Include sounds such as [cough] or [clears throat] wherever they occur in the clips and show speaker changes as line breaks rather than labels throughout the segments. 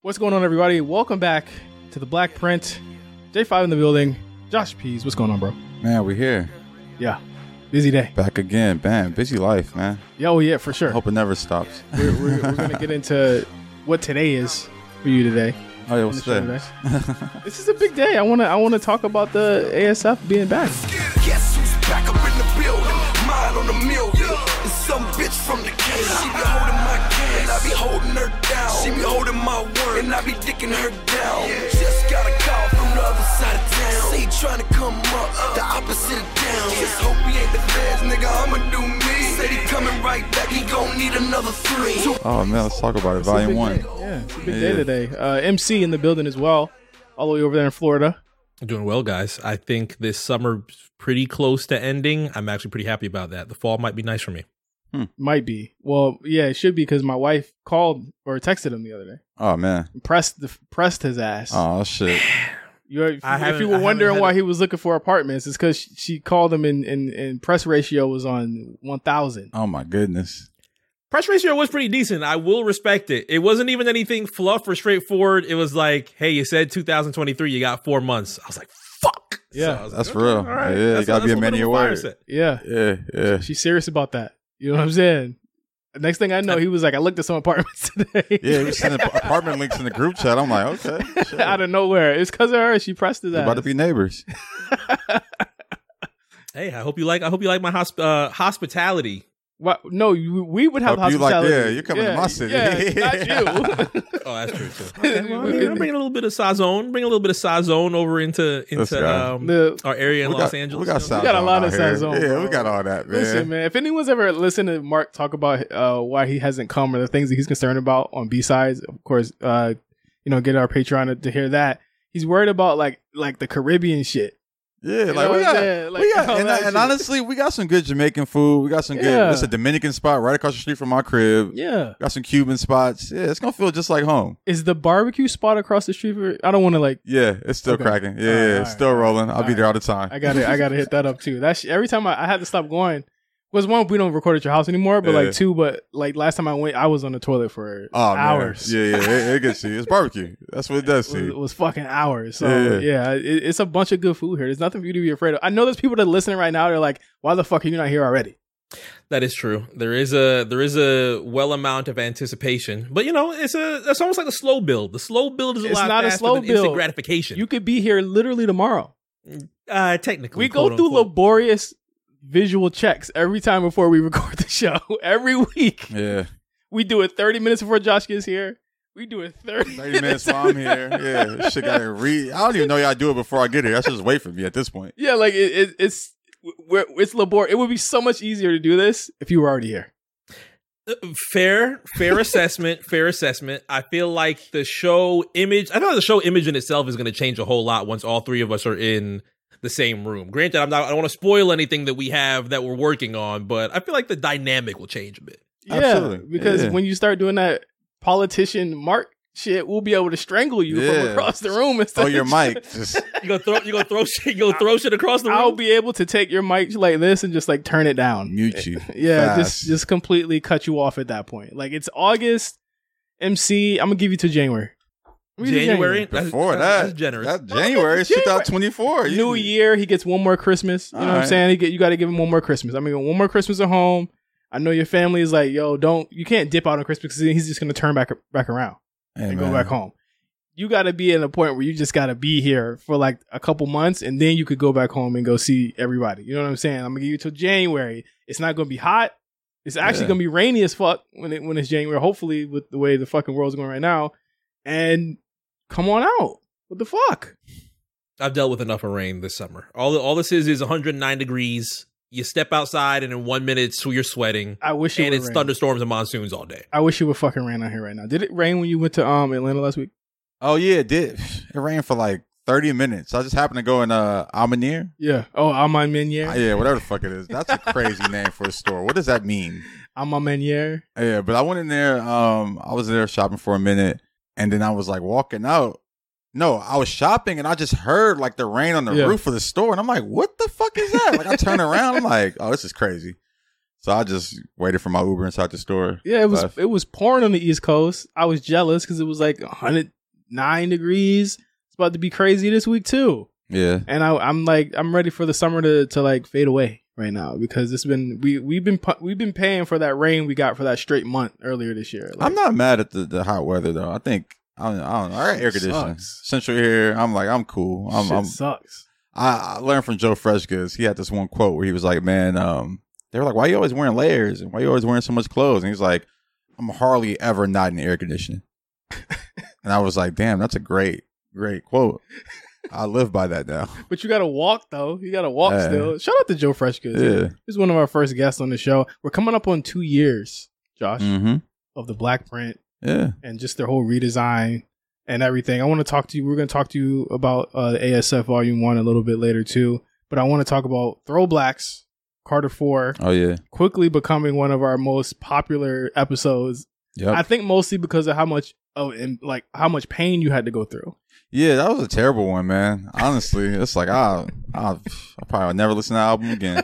What's going on, everybody? Welcome back to the Black Print. J5 in the building. Josh Pease, what's going on, bro?
Man, we here.
Yeah, busy day.
Back again. Bam. Busy life, man.
Yeah, oh yeah, for sure.
Hope it never stops.
We're, we're, we're gonna get into what today is for you today.
Oh, yeah,
on the
what's
show
that?
today. this is a big day. I wanna I wanna talk about the ASF being back.
Guess who's back up in the building? Mine on a million. And some bitch from the case. She be holding my cash. And I be holding her down. She be holding my word. And I be dicking her down. Just got a call from the other side of town. Say trying to come up, the opposite of down. Just hope he ain't the feds, nigga. I'ma do me. Said he coming right back. He gon' need another three. Two
Oh, man, let's talk about it.
It's a
Volume
big
one.
day. Yeah, it's a big day
Yeah.
today. Uh, MC in the building as well, all the way over there in Florida.
Doing well, guys. I think this summer's pretty close to ending. I'm actually pretty happy about that. The fall might be nice for me.
Might be. Well, yeah, it should be because my wife called or texted him the other day.
Oh, man.
Pressed the pressed his ass.
Oh, shit.
You, if,
I
if
haven't-
you
I
were
haven't
wondering
had
why
a-
he was looking for apartments, it's because she, she called him and, and, and press ratio was on 1,000.
Oh, my goodness.
Price ratio was pretty decent. I will respect it. It wasn't even anything fluff or straightforward. It was like, hey, you said 2023, you got four months. I was like, fuck.
Yeah,
I was
that's
like,
for real.
all
Yeah, you
That's-
gotta be
that's
a man of your
minimum fire
word.
set.
Yeah.
Yeah, yeah.
She's serious about that. You know what I'm saying? Next thing I know, he was like, I looked at some apartments [laughs] today.
Yeah, he was sending ap- apartment links in the group chat. I'm
[laughs]
like, okay. shit.
Out of nowhere. It's because of her. She pressed his
We're about
ass.
to be neighbors.
Hey, I hope you like. I hope you like my hosp- uh, hospitality.
Why- no, you, we would have
Hope you like-
hospitality.
yeah, you're coming to my city.
Yeah, not
[laughs]
you. [laughs]
Oh, that's true too. Okay, well, I mean, I'm bringing a little bit of sazon. Bring a little bit of sazon over into
This
into
guy.
um,
The-
our area in
We
Los
got,
Angeles.
we
you know
got,
what I'm saying?
Sazon
got a lot
out
of
here.
Sazon,
Yeah, we
bro.
got all that, man.
Listen, man, if anyone's ever listened to Mark talk about uh, why he hasn't come or the things that he's concerned about on B sides, of course, uh, you know, get our Patreon to, to hear that. He's worried about like like the Caribbean shit. You
Yeah, like
know
we
what I'm
got,
saying? Like,
we
[laughs]
got,
all
and,
that
and
shit.
honestly, we got some good Jamaican food. We got some
Yeah.
good. It's a Dominican spot right across the street from my crib.
Yeah.
Got some Cuban spots. Yeah, it's gonna feel just like home.
Is the barbecue spot across the street? For, I don't want to like.
Yeah, it's still
Okay.
cracking. Yeah,
All right,
yeah,
all
it's
right,
still rolling. I'll
all
be there all the
I
time.
got to I got to hit that up too. That's every time I, I had to stop going. Was one we don't record at your house anymore, but
Yeah.
like two, but like last time I went, I was on the toilet for
[laughs] Oh, man.
hours.
Yeah, yeah, it, it gets to you. It's barbecue. That's what it does to
was, [laughs]
you.
was fucking hours. So
Yeah.
yeah, it, it's a bunch of good food here. There's nothing for you to be afraid of. I know there's people that are listening right now. They're like, "Why the fuck are you not here already?"
That is true. There is a there is a well amount of anticipation, but you know it's a it's almost like a slow build. The slow build is a
It's
lot
not a
faster
slow
than instant
build.
gratification.
You could be here literally tomorrow.
uh, technically,
We go
quote,
through
unquote.
laborious visual checks every time before we [laughs] record the show. every week
Yeah,
we do it 30 minutes before Josh gets here. We do it 30,
thirty minutes while I'm here. Yeah, this shit got to read. I don't even know y'all do it before I get here. That's just wait for me at this point.
[laughs] Yeah, like it, it, it's we're, it's laborious. It would be so much easier to do this if you were already here.
Uh, fair fair [laughs] assessment. Fair assessment. I feel like the show image. I know the show image in itself is going to change a whole lot once all three of us are in the same room. Granted, I'm not. I don't want to spoil anything that we have that we're working on, but I feel like the dynamic will change a bit.
Yeah,
Absolutely.
because
Yeah.
when you start doing that politician mark shit, we'll be able to strangle you from
Yeah.
across the room. And [laughs]
Oh, your mic. Just
You gonna throw you gonna throw [laughs] shit you gonna throw shit across the room.
I'll be able to take your mic like this and just like turn it down.
mute you.
[laughs] Yeah,
fast.
just just completely cut you off at that point. Like it's August, MC. I'm gonna give you to January. I'm gonna give you till
January. That's-
before
that's-
that.
that's generous.
That January,
it's January.
2024. You-
New year, he gets one more Christmas. You know what I'm
Alright.
saying? He get, you got to give him one more Christmas. I mean, one more Christmas at home. I know your family is like, yo, don't you can't dip out on Christmas because he's just gonna turn back back around.
Hey,
and
man.
go back home. You got to be in a point where you just got to be here for like a couple months, and then you could go back home and go see everybody. You know what I'm saying? I'm gonna give you till January. It's not gonna be hot. It's actually
Yeah.
gonna be rainy as fuck when it, when it's January. Hopefully, with the way the fucking world's going right now, and come on out. What the fuck?
I've dealt with enough of rain this summer. All all this is is 109 degrees. You step outside and in one minute so you're sweating,
I wish it
and
would
it's
rain.
thunderstorms and monsoons all day.
I wish it would fucking rain out here right now. Did it rain when you went to um Atlanta last week?
Oh yeah, it did. It rained for like 30 minutes. I just happened to go in uh Almenier.
Yeah. Oh, I'm on Menier.
Yeah, whatever the fuck it is. That's a crazy name for a store. What does that mean?
I'm on Menier.
Yeah, but I went in there. Um, I was there shopping for a minute, and then I was like walking out. No, I was shopping, and I just heard like the rain on the
Yeah.
roof of the store, and I'm like, "What the fuck is that?" Like I turn around, I'm like, "Oh, this is crazy." So I just waited for my Uber inside the store.
Yeah, it was
Left.
it was pouring on the East Coast. I was jealous because it was like 109 degrees. It's about to be crazy this week too.
Yeah.
And I, I'm like, I'm ready for the summer to, to like fade away right now because it's been we we've been pu- we've been paying for that rain we got for that straight month earlier this year. Like,
I'm not mad at the, the hot weather though. I think I don't, I don't know. I got air conditioning.
Sucks.
Central here. I'm like I'm cool. I'm,
shit
I'm
sucks.
I, I learned from Joe Freshgoods. He had this one quote where he was like, "Man, um, they were like, why you always wearing layers and why you always wearing so much clothes?" And he's like, "I'm hardly ever not in air conditioning." and I was like, "Damn, that's a great, great quote." I live by that now.
But you gotta walk though. You gotta walk
Yeah.
still. Shout out to Joe Freshkins.
Yeah.
He's one of our first guests on the show. We're coming up on two years, Josh,
Mm-hmm.
of the Black Print.
Yeah.
and just their whole redesign and everything. I want to talk to you. We're going to talk to you about uh, the ASF Volume One a little bit later too, but I want to talk about Throwblacks Carter Four
Oh yeah.
quickly becoming one of our most popular episodes.
Yep.
I think mostly because of how much oh and like how much pain you had to go through.
yeah, that was a terrible one, man. Honestly, it's like I, I, I probably will never listen to that album again.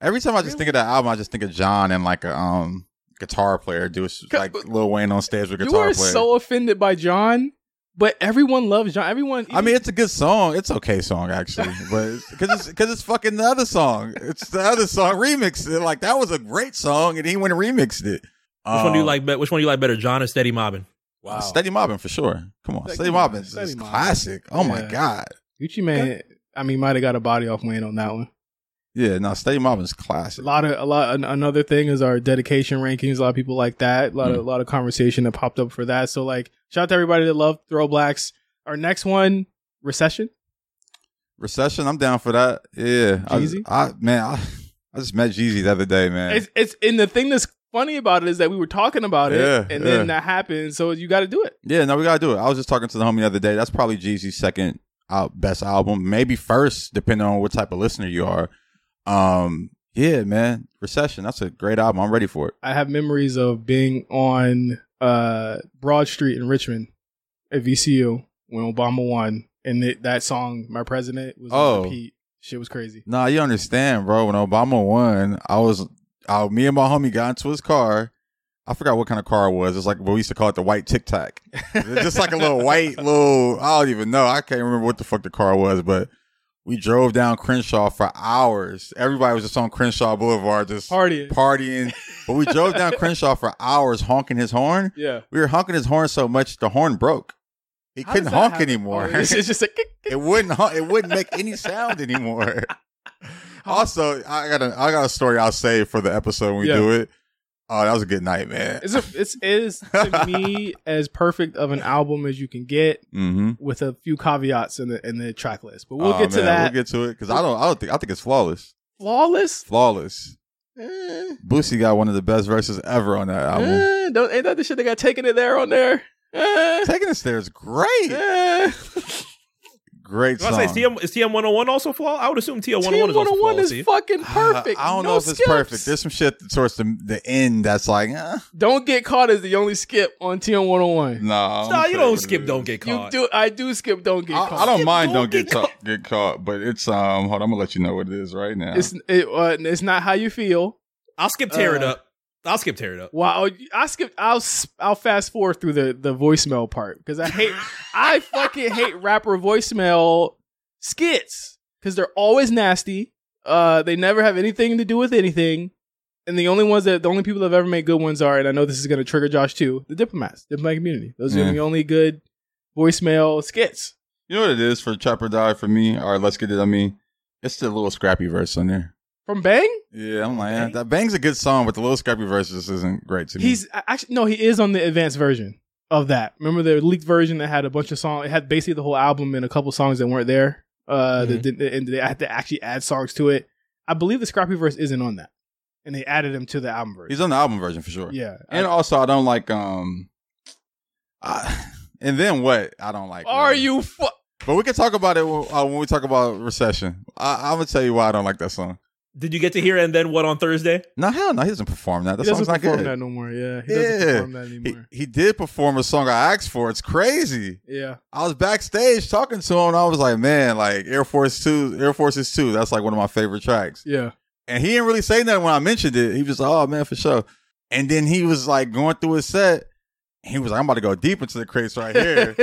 Every time I just think of that album, I just think of John and like a um guitar player, do like Lil Wayne on stage with a
you
guitar
were
player.
so offended by John, but everyone loves John. Everyone,
I mean, it's a good song. It's okay song actually, but because it's because it's fucking the other song. It's the other song remixed. It. Like that was a great song, and he went and remixed it.
Which one do you
Um,
like? be- Which one do you like better, John or Steady Mobbin?
wow,
Steady Mobbin for sure. Come on,
Steady
Steady
Mobbin,
Mobbin is
Steady
just
Mobbin.
classic. Oh my
Yeah.
god,
Gucci Man. I mean, might have got a body off Wayne on that one.
yeah. No, Steady Mobbin is classic.
a lot of a lot an- another thing is our dedication rankings a lot of people like that a lot
Mm.
of a lot of conversation that popped up for that so like shout out to everybody that loved throw blacks our next one recession
Recession, I'm down for that. Yeah, I-
Jeezy?
I, man, I, I just met Jeezy the other day, man.
it's it's and the thing that's funny about it is that we were talking about it
Yeah,
and
yeah.
then that happened so you got to do it
yeah, no, we gotta do it. I was just talking to the homie the other day. That's probably Jeezy's second out best album, maybe first, depending on what type of listener you are. Um, yeah, man, Recession, that's a great album. I'm ready for it.
i have memories of being on uh broad street in richmond at vcu when obama won and it, that song my president was
Oh.
on repeat shit was crazy
Nah, you understand, bro. When Obama won, I was, I, me and my homie got into his car. I forgot what kind of car it was. It's like what we used to call it the white Tic Tac. It's just like
[laughs]
a little white, little, I don't even know. I can't remember what the fuck the car was, but we drove down Crenshaw for hours. Everybody was just on Crenshaw Boulevard, just
party
partying. But we drove
[laughs]
down Crenshaw for hours honking his horn.
yeah
We were honking his horn so much, the horn broke. He
How
couldn't
does that
honk
happen?
anymore
Oh, it's, it's just like
[laughs] it wouldn't hon- it wouldn't make any sound
[laughs]
anymore. also, I got a I got a story I'll save for the episode when we
Yeah.
do it. Oh, that was a good night, man.
It's a, it's it is to me as perfect of an album as you can get
[laughs] mm-hmm. Oh,
with a few caveats in the in the track list. But we'll get to that.
We'll get to it because I don't I don't think I think it's flawless.
Flawless.
Flawless.
Eh,
Boosie got one of the best verses ever on that album.
eh, don't ain't that the shit they got taken it there on there? Eh,
Taking us there is great.
eh.
Great
I
song.
was gonna say TM is TM one hundred one also flaw. I would assume TM one hundred one is also flaw.
TM101 is
see?
fucking
Uh,
perfect.
I don't
No
know if it's
skips.
perfect. There's some shit that towards the, the end that's like, eh,
Don't get caught is the only skip on
no.
TM101.
Nah,
I'm
you
sure
don't
what it
skip.
is.
Don't get
You
caught.
do. I do skip. Don't get
I,
caught.
I don't mind
Don't
don't
get
get caught, get caught, but it's um. Hold on, I'm gonna let you know what it is right now.
It's it, uh, it's not how you feel.
I'll skip tear it
Uh,
up. I'll skip tear it up.
Wow, I skipped. I'll s- I'll fast forward through the the voicemail part because I hate I fucking hate rapper voicemail skits because they're always nasty. Uh, they never have anything to do with anything, and the only ones that the only people that've ever made good ones are, and I know this is gonna trigger Josh too. The diplomats, diplomat community. Those are
Yeah.
the only good voicemail skits.
you know what it is for Trap or Die for me. All right, let's get it. I mean, it's the little scrappy verse on there.
From Bang,
Yeah, I'm like eh, that. Bang's a good song, but the little scrappy verse just isn't great to me.
he's a- actually no, he is on the advanced version of that. Remember the leaked version that had a bunch of songs. It had basically the whole album and a couple songs that weren't there. Uh,
Mm-hmm.
that didn't- and they had to actually add songs to it. I believe the Scrappy verse isn't on that, and they added him to the album version.
he's on the album version for sure.
yeah.
and also I don't like um. I, [laughs] and then what? I don't like.
Are
really.
you fu-
But we can talk about it when, uh, when we talk about recession. I, I'm gonna tell you why I don't like that song.
Did you get to hear and then what on Thursday?
No, hell no, he doesn't perform that.
He
That
doesn't
song's not
perform
good.
that no more. Yeah, he doesn't
Yeah.
perform that
He,
anymore.
he did perform a song I asked for. It's crazy.
yeah,
I was backstage [laughs] talking to him. And I was like, man, like Air Force Two, Air Forces Two. That's like one of my favorite tracks.
yeah.
And he didn't really say nothing when I mentioned it. He was like, oh man, for sure. And then he was like going through his set. He was like, I'm about to go deep into the crates
[laughs]
right here.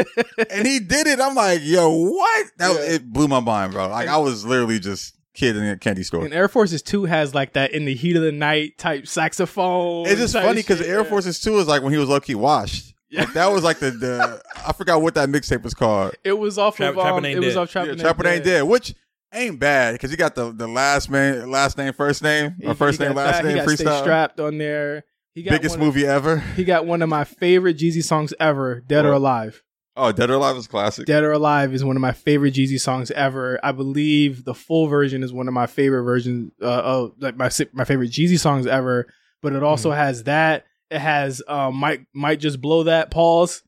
and he did it. I'm like, yo, what? That
Yeah.
it blew my mind, bro. Like I was literally just kid in a candy store.
And Air Forces Two has like that in the heat of the night type saxophone.
It's just
type
funny because
shit.
Air Forces Two is like when he was low key washed.
Yeah.
Like, that was like the, the I forgot what that mixtape was called.
It was off
Trap-
of um,
Trappin'
it
Ain't
was
Dead.
off Trappin'
yeah, Trappin' ain't dead, which ain't bad because he got the, the last man last name first name
He-
or first
he
name
got
last
that. He
name
got Stay
freestyle
strapped on there. He got
biggest
one of-
movie ever.
He got one of my favorite Jeezy songs ever, Dead or
What?
Alive.
Oh, Dead or Alive is classic.
Dead or Alive is one of my favorite Jeezy songs ever. I believe the full version is one of my favorite versions uh, of like my si- my favorite Jeezy songs ever. But it
Mm-hmm.
also has that. It has uh, might might just blow that pause.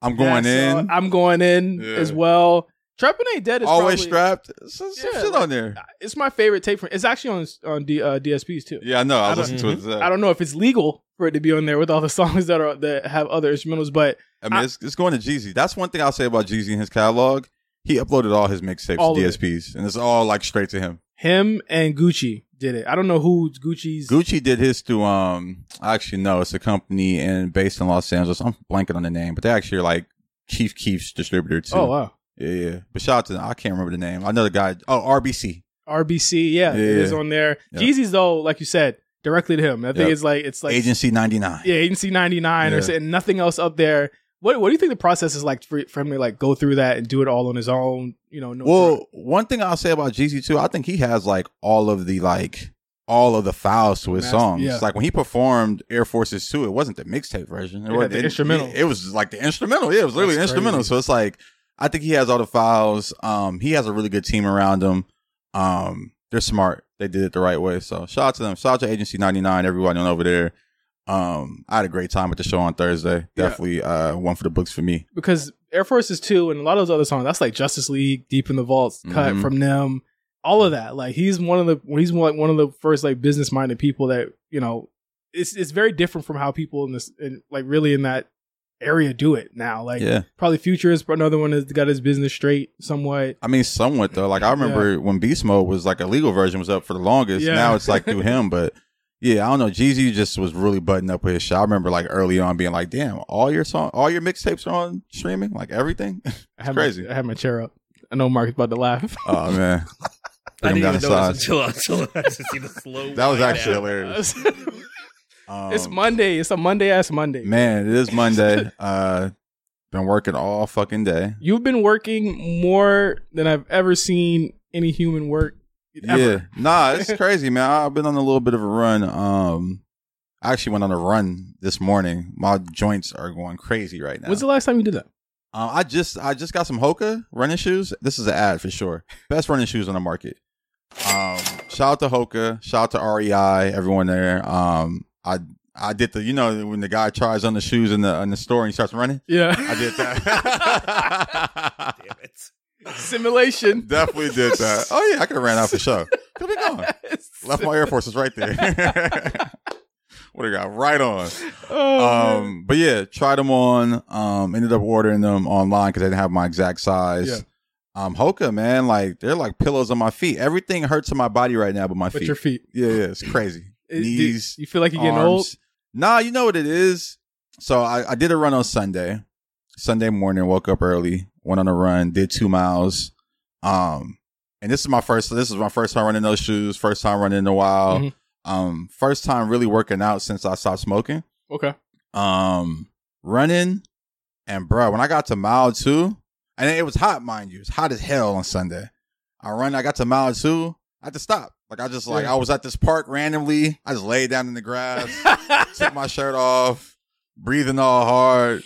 I'm going
That's, uh,
in.
I'm going in
Yeah.
as well. Trappin' ain't dead. Is
always
probably,
strapped. Some, some
Yeah,
shit
like-
on there.
It's my favorite tape from. It's actually on on D, uh, DSPs too.
Yeah, I know. I
I don't-
was
Mhm.
listening to it. today.
I don't know if it's legal for it to be on there with all the [laughs] songs that are that have other instrumentals, but
I mean, it's, it's going to Jeezy. That's one thing I'll say about Jeezy and his catalog. He uploaded all his mixtapes
All
to
of it.
DSPs, and it's all like straight to him.
him and Gucci did it. I don't know who Gucci's.
Gucci did his through um actually no, it's a company and based in Los Angeles. I'm blanking on the name, but they actually are like Chief Keef's distributor too.
oh wow,
Yeah, yeah. But shout out to them. I can't remember the name. I know the guy. Oh, RBC.
RBC, yeah,
Yeah.
it is on there.
Yeah.
Jeezy's though, like you said, directly to him. I think
Yeah.
it's like it's like
Agency 99.
yeah, agency ninety nine
Yeah.
or something. Nothing else up there. What What do you think the process is like for, for him to like go through that and do it all on his own? You know, no
Well, one thing I'll say about Jeezy too, I think he has like all of the like all of the files to his
Mas-
songs.
yeah.
Like when he performed Air Forces 2, it wasn't the mixtape version. It
had
wasn't
the instrumental.
It, it was like the instrumental. Yeah, it was literally
That's
instrumental.
crazy.
So it's like I think he has all the files. Um, he has a really good team around him. Um, they're smart. They did it the right way. So shout out to them. Shout out to Agency 99, everyone on over there. Um, I had a great time at the show on Thursday.
Yeah.
Definitely uh one for the books for me.
because Air Force is two and a lot of those other songs. That's like Justice League, Deep in the Vaults, cut
Mhm.
from them, all of that. Like he's one of the he's one one of the first like business minded people that you know. It's it's very different from how people in this in, like really in that area do it now. Like
yeah.
probably Future is another one that's got his business straight somewhat.
I mean, somewhat though. Like I remember when Beast Mode was like a legal version was up for the longest.
Yeah.
Now it's like through him, but yeah, I don't know. Jeezy just was really buttoned up with his shit. I remember like early on being like, "Damn, all your song, all your mixtapes are on streaming, like everything." [laughs]
I had
crazy.
My, I had my chair up. I know Mark's about to laugh.
Oh man,
I
Bring him
didn't even
down
notice
to size.
until until I just see the slow.
That was
wind
actually
down.
hilarious.
[laughs]
Um,
it's Monday. It's a Monday ass Monday.
Man, it is Monday. Uh, been working all fucking day.
You've been working more than I've ever seen any human work. Ever.
Yeah, nah, it's crazy, man. I've been on a little bit of a run. Um, I actually went on a run this morning. My joints are going crazy right now.
When's the last time you did that?
Um, I just I just got some Hoka running shoes. This is an ad for sure. Best running shoes on the market. Um, shout out to Hoka. Shout out to REI. Everyone there. Um, I I did the you know when the guy tries on the shoes in the in the store and he starts running.
Yeah.
I did that. [laughs]
Damn it.
[laughs] Simulation.
Definitely did that. Oh yeah, I could have ran out for sure. Could have been gone.
[laughs]
Left my Air Forces right there. [laughs] what I got right on.
[laughs] Oh, man.
Um, but yeah, tried them on. Um, ended up ordering them online because I didn't have my exact size.
Yeah.
Um, Hoka, man, like they're like pillows on my feet. Everything hurts in my body right now, but my
but
feet.
your feet.
yeah, yeah, it's crazy.
It-
Knees,
do you feel like you're getting old?
arms. Nah, you know what it is. So I, I did a run on Sunday. Sunday morning, woke up early, went on a run, did two miles. Um, and this is my first. This is my first time running those shoes. First time running in a while.
Mhm.
Um, first time really working out since I stopped smoking [laughs]
Okay.
um running and bro when i got to mile two and it was hot mind you it's hot as hell on sunday i run i got to mile two i had to stop like i just like
Yeah.
i was at this park randomly i just laid down in the grass took my shirt off breathing all hard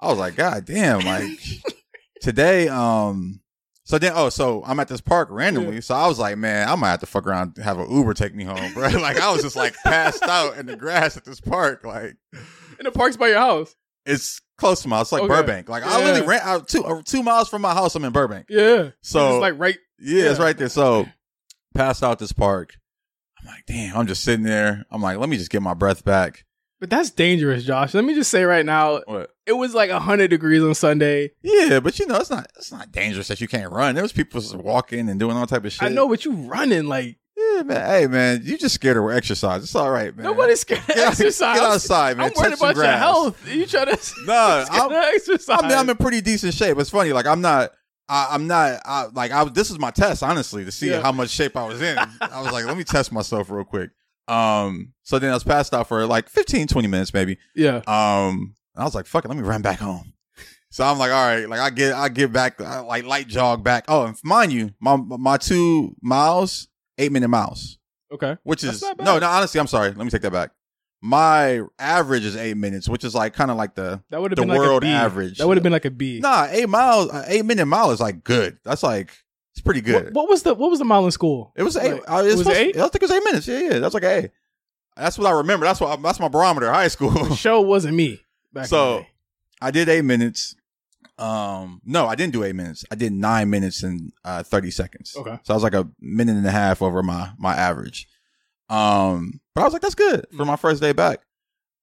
i was like god damn
[laughs]
like today um so then oh so i'm at this park randomly so i was like man i might have to fuck around and have an uber take me home bro [laughs] like i was just like passed out in the grass at this park like
[laughs] In the parks by your house.
it's close to my house. It's like
Okay.
Burbank. Like I
Yeah.
literally ran out two uh, two miles from my house. I'm in Burbank.
Yeah.
So
it's like right.
yeah, it's
yeah.
right there. So passed out this park. I'm like, damn. I'm just sitting there. I'm like, let me just get my breath back.
But that's dangerous, Josh. Let me just say right now,
What?
it was like 100 degrees on Sunday.
Yeah, but you know, it's not it's not dangerous that you can't run. There was people just walking and doing all type of shit.
I know, but you running like
Yeah, Yeah, man. Hey, man, you just scared of exercise. It's all right, man.
Nobody's scared of
Get out-
exercise.
Get outside, man.
I'm worried
Touch some
about your
grass.
health. You try [laughs] to
No,
I'm,
I'm,
exercise.
I mean, I'm in pretty decent shape. It's funny. Like, I'm not. I, I'm not. I, like, I was- this is my test, honestly, to see
Yeah.
how much shape I was in. I was like, let me test myself real quick. Um. So then I was passed out for like 15, 20 minutes, maybe.
yeah,
Um, and I was like, "Fuck it, let me run back home." So I'm like, "All right, like I get, I get back, I, like light jog back." Oh, and mind you, my my two miles, eight minute miles,
okay.
which
That's
is
not bad.
no, no. Honestly, I'm sorry. Let me take that back. My average is eight minutes, which is like kind of like the
That would have
the
been
world
like a B.
average.
That would have been like a B.
nah, eight miles, uh, eight minute mile is like good. That's like it's pretty good.
What, what was the what was the mile in school?
It was eight.
Like,
I, it was
was it
supposed-
eight?
I think it was eight minutes. Yeah, yeah. That's like a. That's what I remember. That's what that's my barometer. High school. [laughs]
The show wasn't me. Back in
Oh. So-
the day.
I did eight minutes. Um, no, I didn't do eight minutes. I did nine minutes and uh, thirty seconds.
Okay.
so I was like a minute and a half over my my average. Um, but I was like, that's good for
Mm.
my first day back.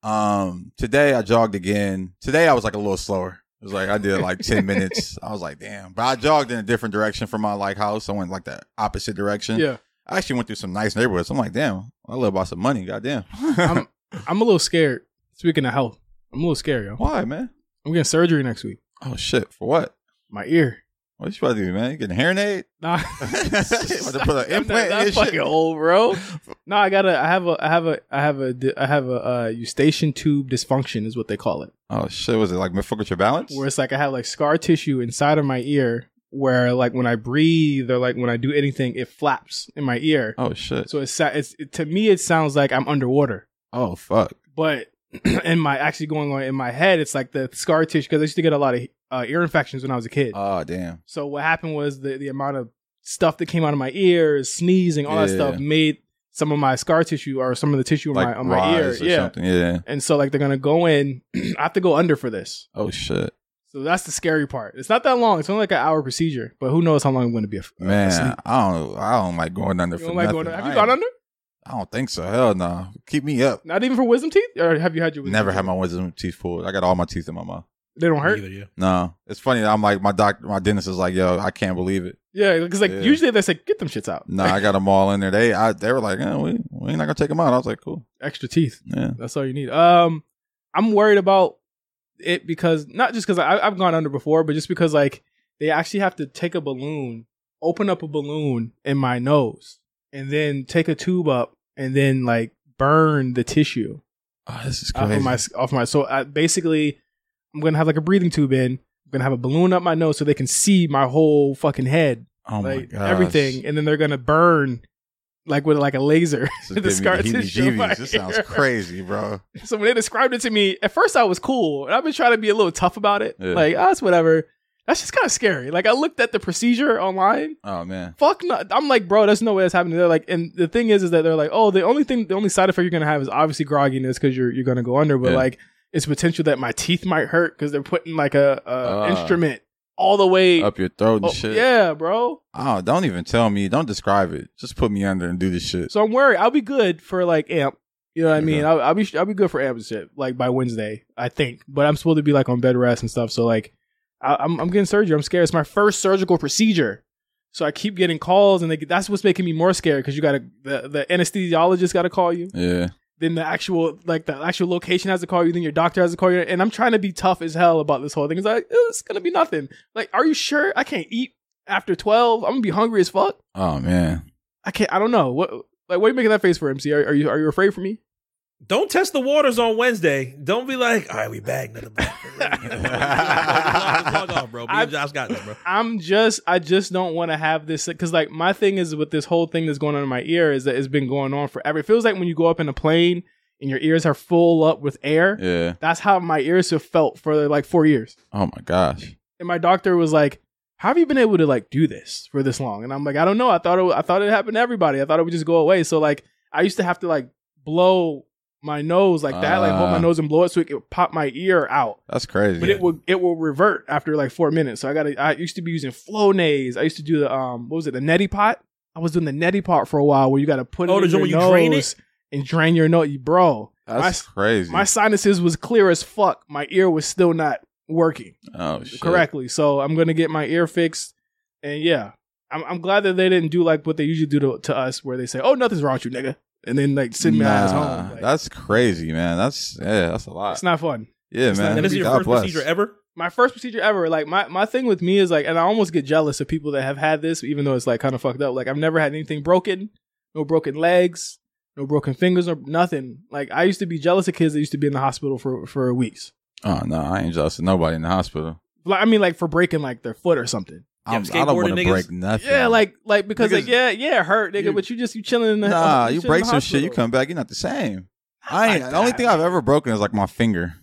Um, today I jogged again. Today I was like a little slower. It was like I did like
[laughs]
ten minutes. I was like, damn. But I jogged in a different direction from my like house. I went like the opposite direction.
yeah,
I actually went through some nice neighborhoods. I'm like, damn, I live by some money. Goddamn.
I'm- I'm a little scared. Speaking of health, I'm a little scared, yo.
[laughs] Why, man?
I'm getting surgery next week.
Oh shit, for what?
My ear.
What you about to do, man? You getting a hearing aid?
Nah,
[laughs] About to
[laughs]
put an
I'm
implant
not,
in
not
your
fucking
shit.
old, bro. No, I gotta. I have a. I have a. I have a. di- I have a uh, eustachian tube dysfunction is what they call it.
Oh shit! Was it like fuck with your balance?
Where it's like I have like scar tissue inside of my ear, where like when I breathe or like when I do anything, it flaps in my ear.
Oh shit!
So it's, sa- it's it, to me, it sounds like I'm underwater.
Oh fuck!
But [clears throat] in my actually going on in my head, it's like the scar tissue because I used to get a lot of uh, ear infections when I was a kid.
Oh damn!
So what happened was the the amount of stuff that came out of my ears, sneezing, all that
Yeah.
stuff made some of my scar tissue or some of the tissue on my on my ear.
rise
Yeah.
something. Yeah.
And so like they're gonna go in. [clears throat] I have to go under for this.
Oh shit,
So that's the scary part. It's not that long. It's only like an hour procedure, but who knows how long I'm gonna be af-
man!
asleep.
I don't. I don't like going under
Oh, You
for
don't like
nothing.
going under? Have
I
you gone
ain't-
under?
I don't think so. Hell no! Keep me up.
Not even for wisdom teeth? Or have you had your wisdom
Never
teeth?
had my wisdom teeth pulled. I got all my teeth in my mouth.
They don't hurt?
Neither, yeah.
No, it's funny. I'm like my doctor, my dentist is like, yo, I can't believe it.
Yeah, because like
Yeah.
usually they say get them shits out.
Nah, I got them all in there. They, I, they were like, eh, we, we ain't not gonna take them out. I was like, cool.
Extra teeth.
Yeah.
That's all you need. Um, I'm worried about it because not just because I've gone under before, but just because like they actually have to take a balloon, open up a balloon in my nose, and then take a tube up and then like burn the tissue
Oh, this is
off of my off my. So I, basically, I'm gonna have like a breathing tube in. I'm gonna have a balloon up my nose so they can see my whole fucking head,
oh my
like
gosh.
everything, and then they're gonna burn like with like a laser. [laughs]
This is
the scar
giving me the
tissue in my
heebie-jeebies. This sounds
ear.
crazy, bro.
So when they described it to me, at first I was cool, and I've been trying to be a little tough about it.
Yeah.
Like, ah, it's whatever. That's just kind of scary. Like, I looked at the procedure online.
Oh man.
Fuck no. I'm like, bro, there's no way that's happening. They're like, and the thing is, is that they're like, oh, the only thing, the only side effect you're gonna have is obviously grogginess because you're you're gonna go under, but
Yeah.
like, it's potential that my teeth might hurt because they're putting like a, a
Ah.
instrument all the way.
up your throat and
Oh,
shit.
yeah, bro.
Oh, don't even tell me. Don't describe it. Just put me under and do this shit.
So I'm worried. I'll be good for like amp. You know what I mean?
Okay.
I'll, I'll be I'll be good for amp and shit like by Wednesday, I think. But I'm supposed to be like on bed rest and stuff. So like, I, I'm I'm getting surgery. I'm scared. It's my first surgical procedure. So I keep getting calls, and they, that's what's making me more scared because you got to the, the anesthesiologist got to call you,
yeah.
then the actual like the actual location has to call you, then your doctor has to call you, and I'm trying to be tough as hell about this whole thing. It's like it's gonna be nothing. Like, are you sure I can't eat after twelve? I'm gonna be hungry as fuck.
Oh man.
I can't. I don't know. What like what are you making that face for, MC? Are, are you are you afraid for me?
Don't test the waters on Wednesday. Don't be like, all right, we back. Nothing back. Log off, bro. Me
I-
and Josh got this, bro.
I'm just. I just don't want to have this because like my thing is with this whole thing that's going on in my ear is that it's been going on forever. It feels like when you go up in a plane and your ears are full up with air.
Yeah.
That's how my ears have felt for like four years.
Oh my gosh.
And my doctor was like, "How have you been able to like do this for this long?" And I'm like, "I don't know. I thought it. I thought it happened to everybody. I thought it would just go away." So like, I used to have to like blow my nose like that, like hold my
Ah.
nose and blow it so it could pop my ear out.
That's crazy.
but it will it will revert after like four minutes. So I got I used to be using Flonase. I used to do the um what was it the neti pot? I was doing the neti pot for a while where you got to put
Oh,
it
the
in your
joint
nose
where you drain
and drain your nose, You- bro.
That's crazy.
My sinuses was clear as fuck. My ear was still not working
oh shit.
correctly, so I'm gonna get my ear fixed. And yeah, I'm, I'm glad that they didn't do like what they usually do to, to us, where they say, "Oh, nothing's wrong with you, nigga," and then like send my ass
Nah,
home. Like,
that's crazy, man. That's yeah, that's a lot.
it's not fun.
yeah,
it's not-
man.
And this is your
God
first
bless.
procedure ever.
My first procedure ever. Like my, my thing with me is like, and I almost get jealous of people that have had this, even though it's like kind of fucked up. Like I've never had anything broken, no broken legs, no broken fingers, or nothing. Like I used to be jealous of kids that used to be in the hospital for for weeks.
Oh no, I ain't jealous of nobody in the hospital.
Like I mean, like for breaking like their foot or something.
I'm, I
skateboarding
don't want to
niggas?
break nothing.
Yeah, like like because
Niggas-
like yeah yeah it hurt nigga,
You-
but you just you chilling in the
nah,
uh,
you
chilling in
break
the
some shit, you
hospital.
come back, you're not the same. I ain't.
Like
the only
that.
thing I've ever broken is like my finger.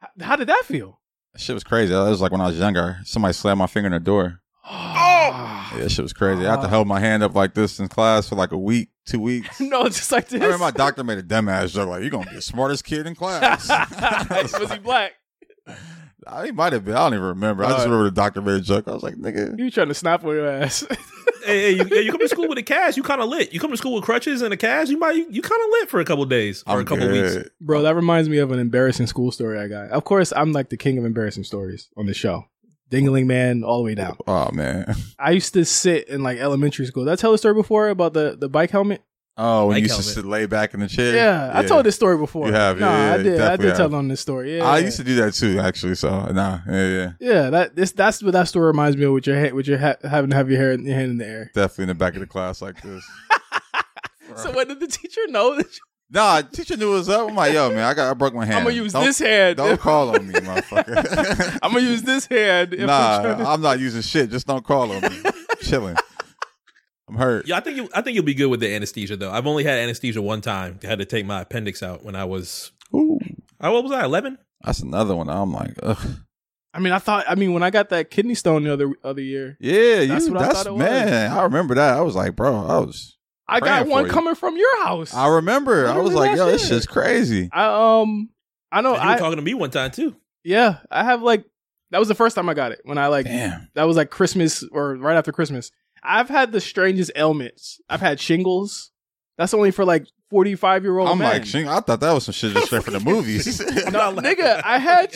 How- How did that feel?
That shit was crazy. That was like when I was younger. Somebody slammed my finger in the door. Oh!
[sighs]
Yeah, that shit was crazy. I had to
Ah.
hold my hand up like this in class for like a week,
[laughs]
two
[laughs]
weeks.
no, it's just like this.
I remember my doctor made a dumbass joke like, "You're gonna be the smartest kid
[laughs]
in class." [laughs] I was
was he
like-
black?
I- he might have been. I don't even remember. I just
Uh,
remember the doctor made a joke. I was like, "Nigga,
You were trying to snap on your ass?
hey, hey, you, you come to school with a cash, you kind of lit. You come to school with crutches and a cash, you might you, kind of lit for a couple days or
I'm
a couple weeks.
good."
Bro, that reminds me of an embarrassing school story I got. Of course, I'm like the king of embarrassing stories on the show. Dingling man, all the way down.
Oh man. [laughs]
I used to sit in like elementary school. Did I tell the story before about the, the bike helmet?
Oh, when you
Like
used to
helmet.
sit lay back in the chair.
Yeah, I told this story before.
You have,
Nah,
yeah,
I
you
did. I
definitely
did tell
have.
them this story. Yeah,
I used to do that too, actually. So nah, yeah, yeah,
Yeah, that this that's what that story reminds me of. With your head, with your ha- having to have your hair in, your hand in the air.
definitely in the back of the class like
[laughs]
this.
So what did the teacher know? That you-
Nah, teacher knew it was up. I'm like, yo, man, I got, I broke my hand.
I'm gonna use
Don't-
this hand. [laughs]
Don't call on me, motherfucker.
I'm gonna use this hand. [laughs] If I'm trying to-
nah, I'm not using shit. Just don't call
[laughs]
on me. Chilling. I'm hurt.
Yeah, I think you, I think you'll be good with the anesthesia though. I've only had anesthesia one time. I had to take my appendix out when I was
Ooh,
how old was I? Eleven.
that's another one. I'm like, ugh.
I mean, I thought. I mean, when I got that kidney stone the other other year,
Yeah, you,
That's
that's,
what I thought it was.
man. I remember that. I was like, bro, I was.
I got
Praying
one
for you.
coming from your house.
I
I,
remember. I was
remember
like,
that
yo, this
shit.
shit's crazy.
um, I know.
You were
I
talking to me one time too.
yeah, I have like that was the first time I got it when I like
Damn.
that was like Christmas or right after Christmas. I've had the strangest ailments. I've had shingles. That's only for like forty five year old.
I'm
man.
like, shing, I thought that was some shit just straight from the movies.
[laughs]
[laughs]
No, nigga, I had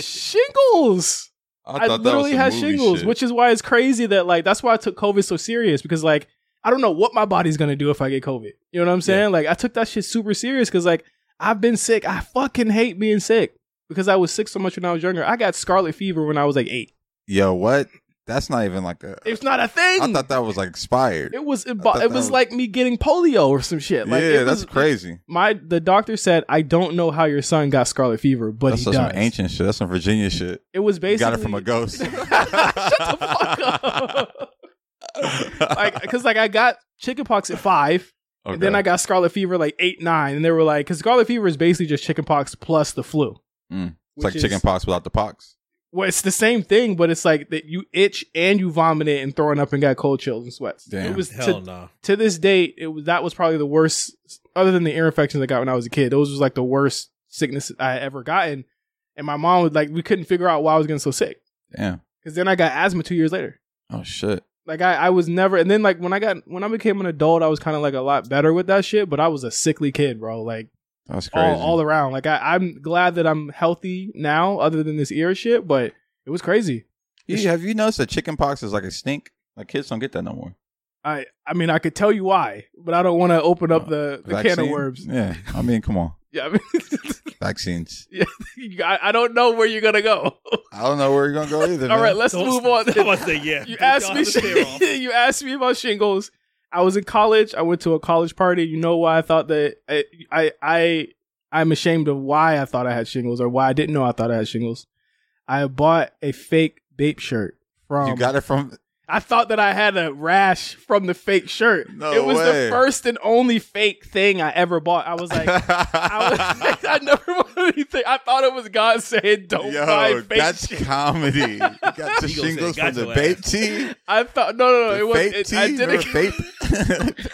shingles. I,
thought that
literally
was some
had
movie
shingles,
shit.
which is why it's crazy that like that's why I took COVID so serious because like I don't know what my body's gonna do if I get COVID. You know what I'm saying? Like I took that shit super serious because like I've been sick. I fucking hate being sick because I was sick so much when I was younger. I got scarlet fever when I was like eight.
Yo, what? That's not even like a.
It's not a thing.
I thought that was like expired.
it was it,
thought
it
that
was
was-
like me getting polio or some shit. Like,
yeah,
it
that's
was-
crazy.
My the doctor said I don't know how your son got scarlet fever, but
That's
he
some
does.
ancient shit. That's some Virginia shit.
It was
You
basically
got it from a ghost.
[laughs] Shut the fuck up. [laughs]
[laughs]
like, cause like I got chickenpox at five, and then I got scarlet fever like eight, nine, and they were like, cause scarlet fever is basically just chickenpox plus the flu.
Mm. It's
which
like
is-
chicken pox without the pox.
Well, it's the same thing, but it's like that you itch and you vomited and throwing up and got cold chills and sweats.
Damn.
It was
Hell
to,
no.
to this date, it was that was probably the worst, other than the ear infections I got when I was a kid. Those was like the worst sickness I had ever gotten, and my mom was like, we couldn't figure out why I was getting so sick.
Damn.
Cause then I got asthma two years later.
Oh shit.
Like I, I was never and then like when I got when I became an adult, I was kinda like a lot better with that shit, but I was a sickly kid, bro. Like
That's crazy.
all, all around. Like I, I'm glad that I'm healthy now, other than this ear shit, but it was crazy.
You- have you noticed that chicken pox is like a stink? Like kids don't get that no more.
I I mean I could tell you why, but I don't want to open up
Uh,
the, the
Vaccine?
can of worms.
Yeah. I mean, come on.
Yeah, [laughs] I, mean,
Vaccines.
I, I don't know where you're gonna go.
I don't know where you're gonna go
[laughs]
either.
All right,
man.
let's move
[laughs]
on.
yeah.
[laughs] you asked me [laughs] you asked me about shingles i was in college i went to a college party you know why i thought that i i, I i'm ashamed of why i thought i had shingles or why i didn't know i thought i had shingles i bought a fake vape shirt from
you got it from.
i thought that i had a rash from the fake shirt
No
it was the
way.
first and only fake thing i ever bought i was
[laughs]
like I, was, like, I never bought anything. I thought it was God saying, "Don't buy
Yo,
fake
that's
shit."
comedy.
[laughs]
You got the
He gonna say,
shingles from
"Got
the
your
vape
ass."
tea.
I thought no, [laughs] no, no.
The
it was.
vape
It,
tea.
I [laughs] didn't.
Remember vape.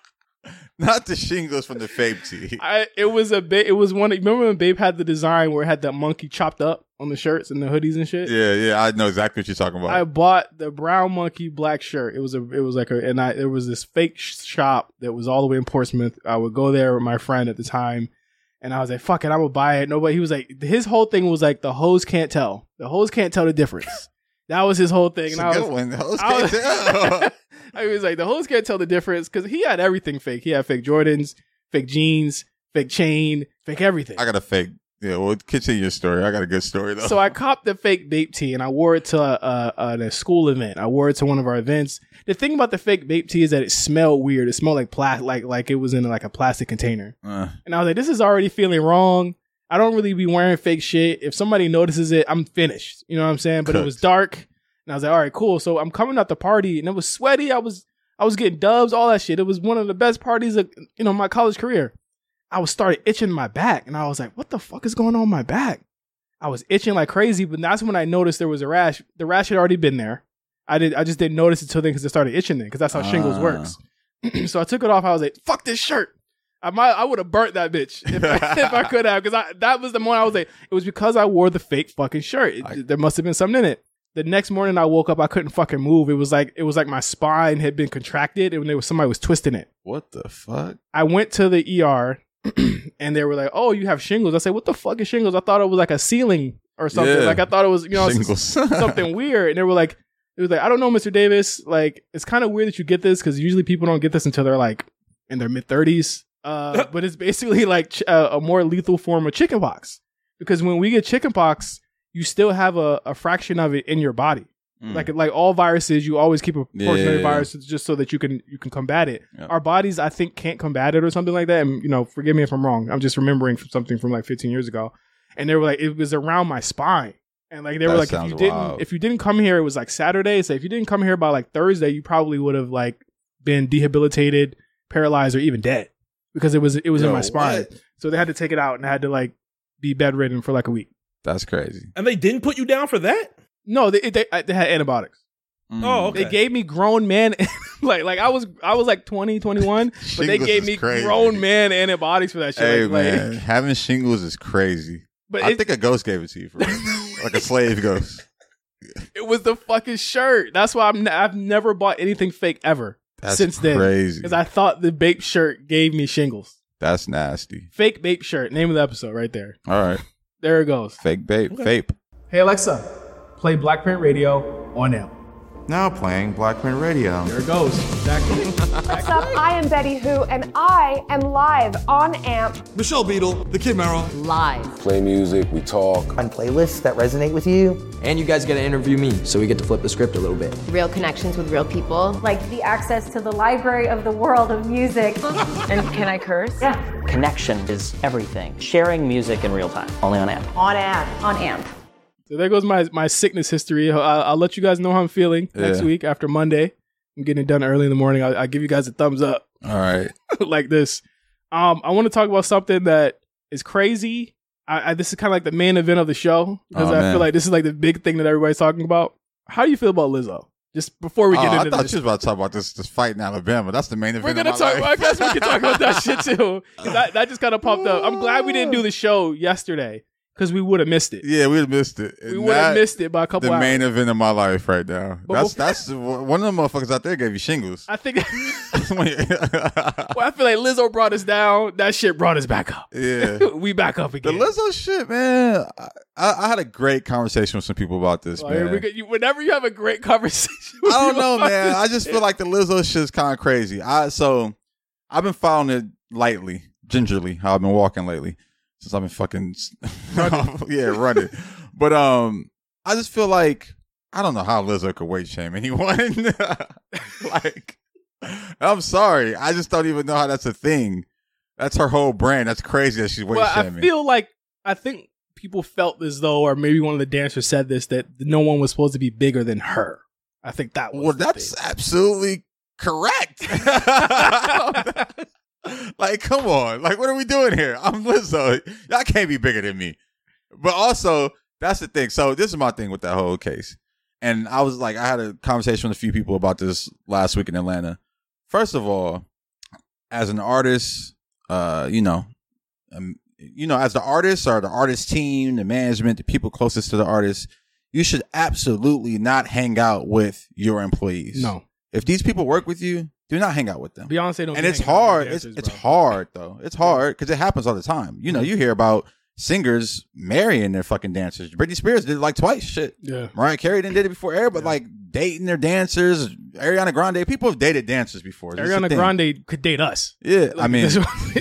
[laughs] Not the shingles from the vape tea.
[laughs] I it was a ba- it was one. Remember when Babe had the design where it had that monkey chopped up on the shirts and the hoodies and shit.
Yeah, yeah, I know exactly what you're talking about.
I bought the brown monkey black shirt. It was a it was like a and I there was this fake sh- shop that was all the way in Portsmouth. I would go there with my friend at the time, and I was like, "Fuck it, I'm gonna buy it." Nobody. He was like, his whole thing was like the hoes can't tell. The hoes can't tell the difference. [laughs] that was his whole thing.
It's
and
a
I was,
[laughs] good one. That was
I
great.
was- [laughs] I was like, the host can't tell the difference because he had everything fake. He had fake Jordans, fake jeans, fake chain, fake everything.
I got a fake. Yeah, well, continue your story. I got a good story though.
so I copped the fake vape tee and I wore it to uh, a, a, a, a school event. I wore it to one of our events. The thing about the fake vape tee is that it smelled weird. It smelled like plastic, like like it was in like a plastic container.
Uh,
And I was like, this is already feeling wrong. I don't really be wearing fake shit. If somebody notices it, I'm finished. You know what I'm saying? But it was
Cooked.
dark, and I was like, all right, cool. So I'm coming out the party, and it was sweaty. I was I was getting dubs, all that shit. It was one of the best parties of you know my college career. I was started itching my back, and I was like, what the fuck is going on with my back? I was itching like crazy, but that's when I noticed there was a rash. The rash had already been there. I did. I just didn't notice it till then because it started itching then because that's how shingles
Ah.
works. [clears throat] so I took it off. I was like, "Fuck this shirt." I might. I would have burnt that bitch [laughs] [laughs] if, if I could have because I that was the morning I was like, it was because I wore the fake fucking shirt. It-
I-
there must have been something in it. The next morning I woke up, I couldn't fucking move. It was like it was like my spine had been contracted and there was somebody was twisting it.
[laughs] what the fuck?
I went to the ER [clears throat] and they were like, "Oh, you have shingles." I said, "What the fuck is shingles?" I thought it was like a ceiling or something.
Yeah.
Like I thought it was you
[laughs]
know s- [laughs]
Shingles.
something weird. And they were like, it was like, I don't know, Mr. Davis. Like, it's kind of weird that you get this because usually people don't get this until they're like in their mid 30s. Uh, but it's basically like ch- uh, a more lethal form of chickenpox because when we get chickenpox, you still have a, a fraction of it in your body.
[laughs] Mm.
Like like all viruses, you always keep a portion
Yeah,
of
yeah,
your
yeah.
virus just so that you can you can combat it.
Yeah.
Our bodies, I think, can't combat it or something like that. And you know, forgive me if I'm wrong. I'm just remembering from something from like 15 years ago. And they were like, it was around my spine. And like they were
That
like, if
sounds
you didn't
wild.
if you didn't come here, it was like Saturday. So if you didn't come here by like Thursday, you probably would have like been rehabilitated, paralyzed, or even dead because it was it was in
Yo,
my spine.
what?
So they had to take it out and I had to like be bedridden for like a week.
That's crazy.
and they didn't put you down for that.
No, they they, they had antibiotics.
Mm.
Oh, okay.
They gave me grown man [laughs] like like I was I was like 20,
[laughs]
21, but they
Shingles
gave
is
me
crazy.
grown man antibiotics for that shit.
Hey
like,
man,
like
having shingles is crazy.
[laughs] but
I
it,
think a ghost gave it to you, for
[laughs]
real. like a slave ghost.
it was the fucking shirt. That's why I'm n- I've never bought anything fake ever
That's
since then
crazy.
cuz I thought the bape shirt gave me shingles.
That's nasty.
Fake bape shirt, name of the episode right there.
All right,
There it goes.
fake vape, vape.
Hey Alexa, play Black Parent Radio on now.
Now playing Blackman Radio.
There it goes. Exactly. [laughs]
What's up? I am Betty Who, and I am live on AMP
Michelle Beadle, the Kid Merrill.
live.
play music, we talk.
find playlists that resonate with you.
And you guys get to interview me, so we get to flip the script a little bit.
Real connections with real people.
like the access to the library of the world of music. [laughs]
And can I curse?
Connection is everything. Sharing music in real time, only on app.
On amp. On amp.
So there goes my my sickness history. I'll, I'll let you guys know how I'm feeling next
Yeah.
week after Monday. I'm getting it done early in the morning. I'll, I'll give you guys a thumbs up
All right,
like this. Um, I want to talk about something that is crazy. I, I this is kind of like the main event of the show because
Oh,
I
man.
feel like this is like the big thing that everybody's talking about. How do you feel about Lizzo? Just before we
Oh,
get
I
into
thought
this,
you was about to talk about this this fight in Alabama. That's the main event.
we're gonna
of
talk.
my
I
life.
guess we can talk
[laughs]
about that shit too. 'Cause That, that just kind of popped up. I'm glad we didn't do the show yesterday because we would have missed it.
yeah, we'd have missed it.
we would have missed it by a couple
the
hours.
main event of my life right now.
But
that's
before-
that's one of the motherfuckers out there gave you shingles.
I think. [laughs]
[laughs]
Well, I feel like Lizzo brought us down. That shit brought us back up. [laughs]
yeah.
we back up
The
again.
Lizzo shit, man. I, I I had a great conversation with some people about this,
Like,
man.
we could- you- whenever you have a great [laughs] conversation, with [laughs]
I don't
people
know,
about
man.
this-
I just feel like the Lizzo shit's kind of crazy. I so I've been following it lightly, gingerly, how I've been walking lately since I've been fucking [laughs] yeah running. But um, I just feel like I don't know how Lizzo could weight shame anyone. [laughs] like, I'm sorry, I just don't even know how that's a thing. That's her whole brand. That's crazy that she's weight
well, I
shaming.
feel like I think people felt as though, or maybe one of the dancers said this, that no one was supposed to be bigger than her. I think that was
well,
the
that's
thing.
absolutely
[laughs]
correct. like, come on. Like, what are we doing here? I'm Lizzo. Y'all can't be bigger than me. But also, that's the thing. So this is my thing with that whole case. And I was like, I had a conversation with a few people about this last week in Atlanta. First of all, as an artist, uh, you know, um, you know, as the artist or the artist team, the management, the people closest to the artist, you should absolutely not hang out with your employees.
no
If these people work with you, do not hang out with them.
Beyonce. Don't
and
be
it's
hanging out with
hard. It's,
dancers,
it's
bro.
hard though. It's hard because it happens all the time. You know, you hear about singers marrying their fucking dancers. Britney Spears did it like twice. Shit.
Yeah,
Mariah Carey didn't did it before air, but like dating their dancers. Ariana Grande, people have dated dancers before. That's the
Ariana
thing.
Grande could date us.
Yeah, I mean,
That's
she
what-
can't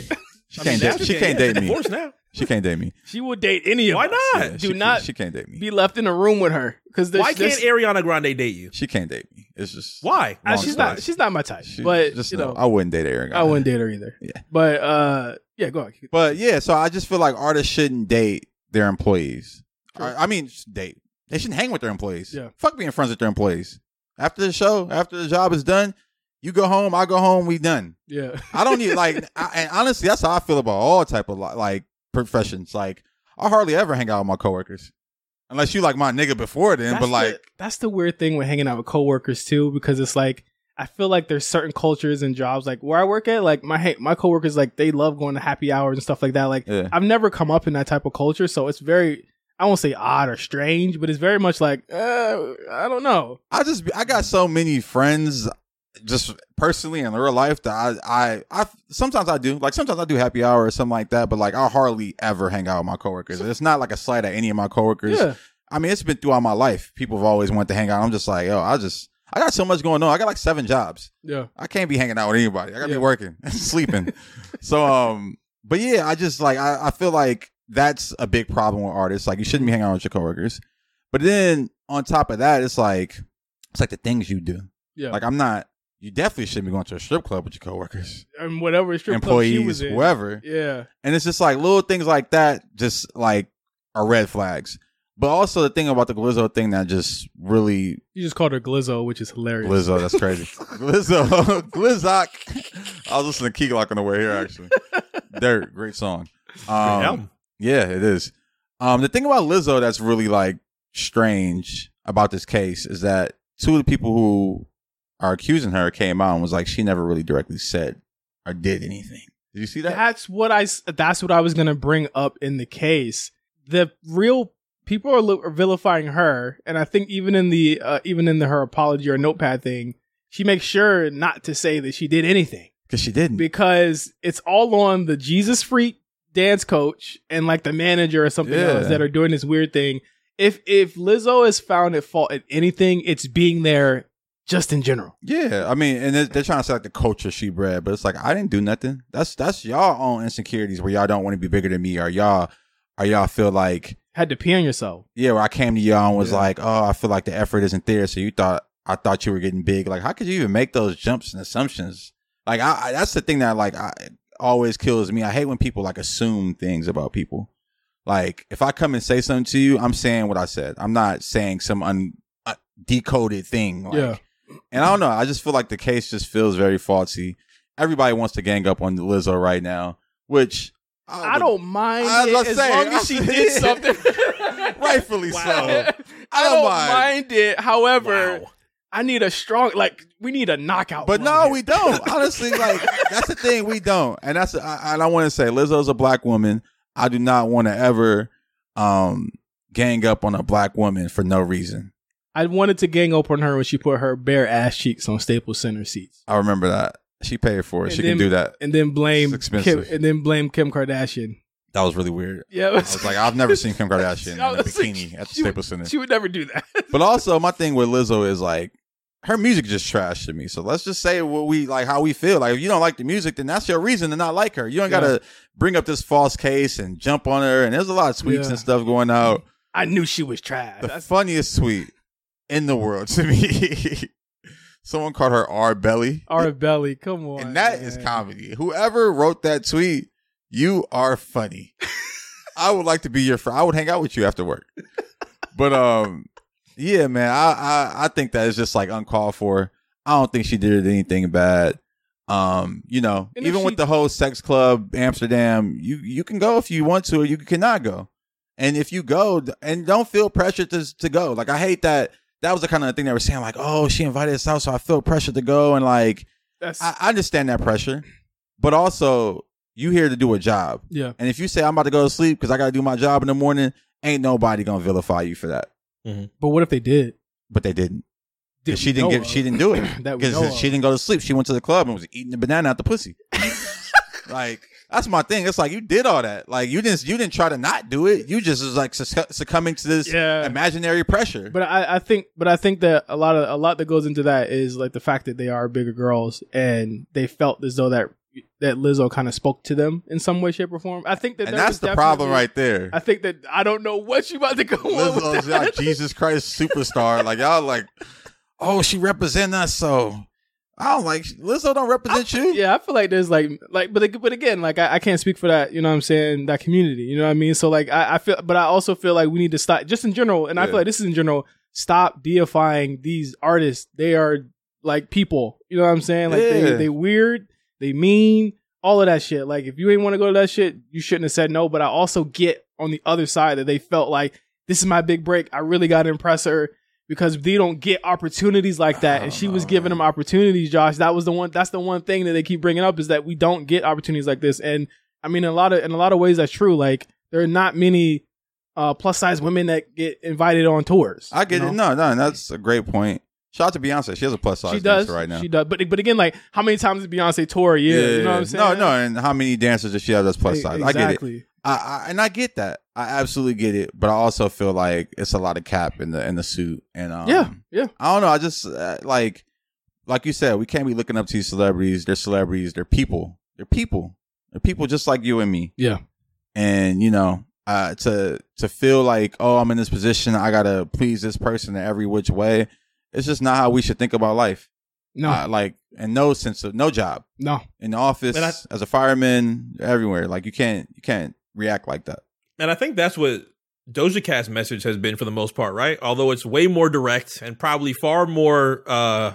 date. She can't date me.
Divorce now.
She can't
[laughs]
date me.
[laughs] she would date any of
Why
us.
not?
Yeah,
Do
she can't-
not
She can't date me.
Be left in a room with her because
Why can't Ariana Grande date you?
She can't date me. It's just
Why?
Wrong
she's
story.
not she's not my type.
She-
but
just
you
no.
know,
I wouldn't date Ariana.
I wouldn't date her either.
Yeah.
But uh, yeah, go on.
But yeah, so I just feel like artists shouldn't date their employees. I, I mean, just date. They shouldn't hang with their employees.
Yeah.
Fuck being friends with their employees. After the show, after the job is done, you go home. I go home. We done.
Yeah,
I don't
[laughs]
need like. I, and honestly, that's how I feel about all type of li- like professions. Like I hardly ever hang out with my coworkers, unless you like my nigga before then.
That's
but like,
the, that's the weird thing with hanging out with coworkers too, because it's like I feel like there's certain cultures and jobs like where I work at, like my ha- my coworkers like they love going to happy hours and stuff like that. Like
Yeah.
I've never come up in that type of culture, so it's very I won't say odd or strange, but it's very much like uh, I don't know.
I just I got so many friends just personally in real life that I I, I sometimes I do like sometimes I do happy hour or something like that, but like I hardly ever hang out with my coworkers. It's not like a slight at any of my coworkers.
Yeah,
I mean, it's been throughout my life. People have always wanted to hang out. I'm just like, yo, I just I got so much going on. I got like seven jobs.
yeah.
I can't be hanging out with anybody. I gotta
Yeah.
be working, [laughs] sleeping. so, um, but yeah, I just like I, I feel like that's a big problem with artists. Like you shouldn't be hanging out with your coworkers. But then on top of that, it's like it's like the things you do.
Yeah.
Like I'm not. You definitely shouldn't be going to a strip club with your coworkers,
And whatever strip club she
employees,
was in.
whoever.
Yeah,
And it's just like little things like that, just like are red flags. But also the thing about the Glizzo thing that just really
you just called her Glizzo, which is hilarious.
Glizzo, that's crazy. Glizzo, [laughs] Glizzock. I was listening to Key Glock on the way here, actually. Dirt, great song. Um,
album.
Yeah, it is. Um, the thing about Lizzo that's really like strange about this case is that two of the people who are accusing her came out and was like, she never really directly said or did anything. Did you see that?
That's what I. s- That's what I was gonna bring up in the case. The real people are, li- are vilifying her, and I think even in the uh, even in the, her apology or notepad thing, she makes sure not to say that she did anything
Because she didn't.
because it's all on the Jesus freak dance coach and like the manager or something
Yeah.
else that are doing this weird thing. If if Lizzo is found at fault at anything, it's being there just in general.
Yeah, I mean, and they're, they're trying to say like the culture she bred, but it's like I didn't do nothing. That's that's y'all own insecurities where y'all don't want to be bigger than me, or y'all, or y'all feel like
Had to pee on yourself.
yeah. Where I came to y'all and was like, oh, I feel like the effort isn't there. So you thought I thought you were getting big. Like, how could you even make those jumps and assumptions? Like, I, I that's the thing that like I always kills me. I hate when people like assume things about people. Like, if I come and say something to you, I'm saying what I said. I'm not saying some un, uh, decoded thing. Like,
Yeah.
and I don't know. I just feel like the case just feels very faulty. Everybody wants to gang up on Lizzo right now, which
I don't mind
I was
it
gonna
as
say,
long
I-
as she did something. [laughs]
[laughs] Rightfully so.
I
don't
don't
mind.
mind. it. However,
Wow.
I need a strong like we need a knockout.
But
blow
no,
here.
we don't. Honestly, like that's the thing we don't. And that's I, and I want to say Lizzo's a black woman. I do not want to ever um gang up on a black woman for no reason.
I wanted to gang up on her when she put her bare ass cheeks on Staples Center seats.
I remember that. She paid for it.
And
she
then-
can do that.
And then blame
It's
Kim,
expensive.
and then blame Kim Kardashian.
That was really weird.
Yeah,
I was like, I've never seen
[laughs]
Kim Kardashian in a bikini at the Staples Center.
She would never do that. [laughs]
But also, my thing with Lizzo is like her music just trash to me. So let's just say what we like, how we feel. Like if you don't like the music, then that's your reason to not like her. You don't
Yeah.
gotta bring up this false case and jump on her. And there's a lot of tweets
Yeah.
and stuff going out.
I knew she was trash.
The
That's-
funniest tweet in the world to me. [laughs] Someone called her R belly,
Our belly, come on.
and that is
man.
comedy. Whoever wrote that tweet, you
[laughs]
are funny. I would like to be your friend. I would hang out with you after work. But um, yeah, man, I I, I think that is just like uncalled for. I don't think she did anything bad. Um, you know,
And if
even
she-
with the whole sex club Amsterdam, you you can go if you want to, or you cannot go. And if you go, d- and don't feel pressure to to go. Like I hate that. That was the kind of thing they were saying, like, oh, she invited us out, so I feel pressure to go, and like,
That's
I I understand that pressure, but also you here to do a job.
yeah.
And if you say I'm about to go to sleep because I got to do my job in the morning, ain't nobody gonna vilify you for that.
But what if they did?
But they didn't. 'Cause
Did
she didn't give. She didn't do
[clears throat]
it
That we know
because she
of. [laughs]
didn't go to sleep. She went to the club and was eating the banana out the pussy. Like that's my thing. It's like you did all that. Like you didn't you didn't try to not do it. You just was like succ- succumbing to this
Yeah.
imaginary pressure.
But I, I think, but I think that a lot of a lot that goes into that is like the fact that they are bigger girls and they felt as though that that Lizzo kind of spoke to them in some way, shape, or form. I think that
and
that
that's
was
the problem
definitely-
right there.
I think that I don't know what you about to go on with
Lizzo's
that.
like Jesus Christ superstar. Like y'all like, oh, she represent us so. I don't like Lizzo don't represent [laughs] you.
yeah, I feel like there's like like but ag- but again, like I, I can't speak for that, you know what I'm saying, that community. You know what I mean? So like I, I feel but I also feel like we need to stop just in general, and I
Yeah.
feel like this is in general, stop deifying these artists. They are like people. You know what I'm saying? Like
Yeah.
they they weird, they mean, all of that shit. Like if you ain't want to go to that shit, you shouldn't have said no. But I also get on the other side that they felt like this is my big break. I really gotta impress her because they don't get opportunities like that. And she was giving them opportunities, Josh. That was the one. That's the one thing that they keep bringing up is that we don't get opportunities like this. And I mean, in a lot of in a lot of ways, that's true. Like there are not many uh, plus size women that get invited on tours.
I get
you know?
it. No, no, that's a great point. Shout out to Beyonce. She has a plus size
She does
dancer right now.
She does. But but again, like how many times did Beyonce tour a year? you know what I'm saying?
No, no, and how many dancers does she have that's plus
E-
size? I get it.
Exactly.
I, I and I get that. I absolutely get it, but I also feel like it's a lot of cap in the in the suit. And um,
Yeah, yeah.
I don't know. I just uh, like like you said, we can't be looking up to these celebrities. They're celebrities. They're people. They're people. They're people just like you and me.
Yeah.
And you know, uh, to to feel like oh, I'm in this position. I gotta please this person in every which way. It's just not how we should think about life.
No,
Uh, like in no sense of no job
no.
in the office
But I-
as a fireman everywhere. Like you can't you can't react like that.
And I think that's what Doja Cat's message has been for the most part, right? Although it's way more direct and probably far more uh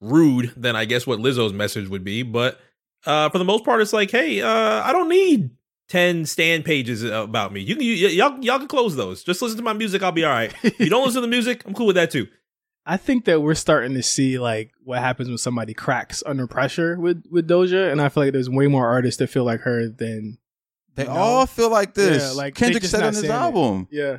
rude than I guess what Lizzo's message would be, but uh for the most part it's like, "Hey, uh I don't need 10 stand pages about me. You can you, y'all y'all can close those. Just listen to my music, I'll be all right. If you don't listen to the music, I'm cool with that too."
I think that we're starting to see like what happens when somebody cracks under pressure with with Doja, and I feel like there's way more artists that feel like her than
They
No.
all feel like this.
Yeah, like, they
Kendrick
just
said
not
in his
saying it.
album,
yeah,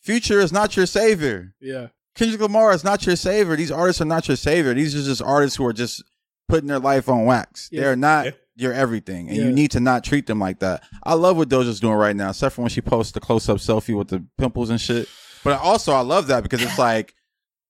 "Future is not your savior.
yeah,
Kendrick Lamar is not your savior. These artists are not your savior. These are just artists who are just putting their life on wax.
Yeah.
They're not
Yeah.
your everything, and
Yeah.
you need to not treat them like that." I love what Doja's doing right now, except for when she posts the close up selfie with the pimples and shit. But I also, I love that because it's like,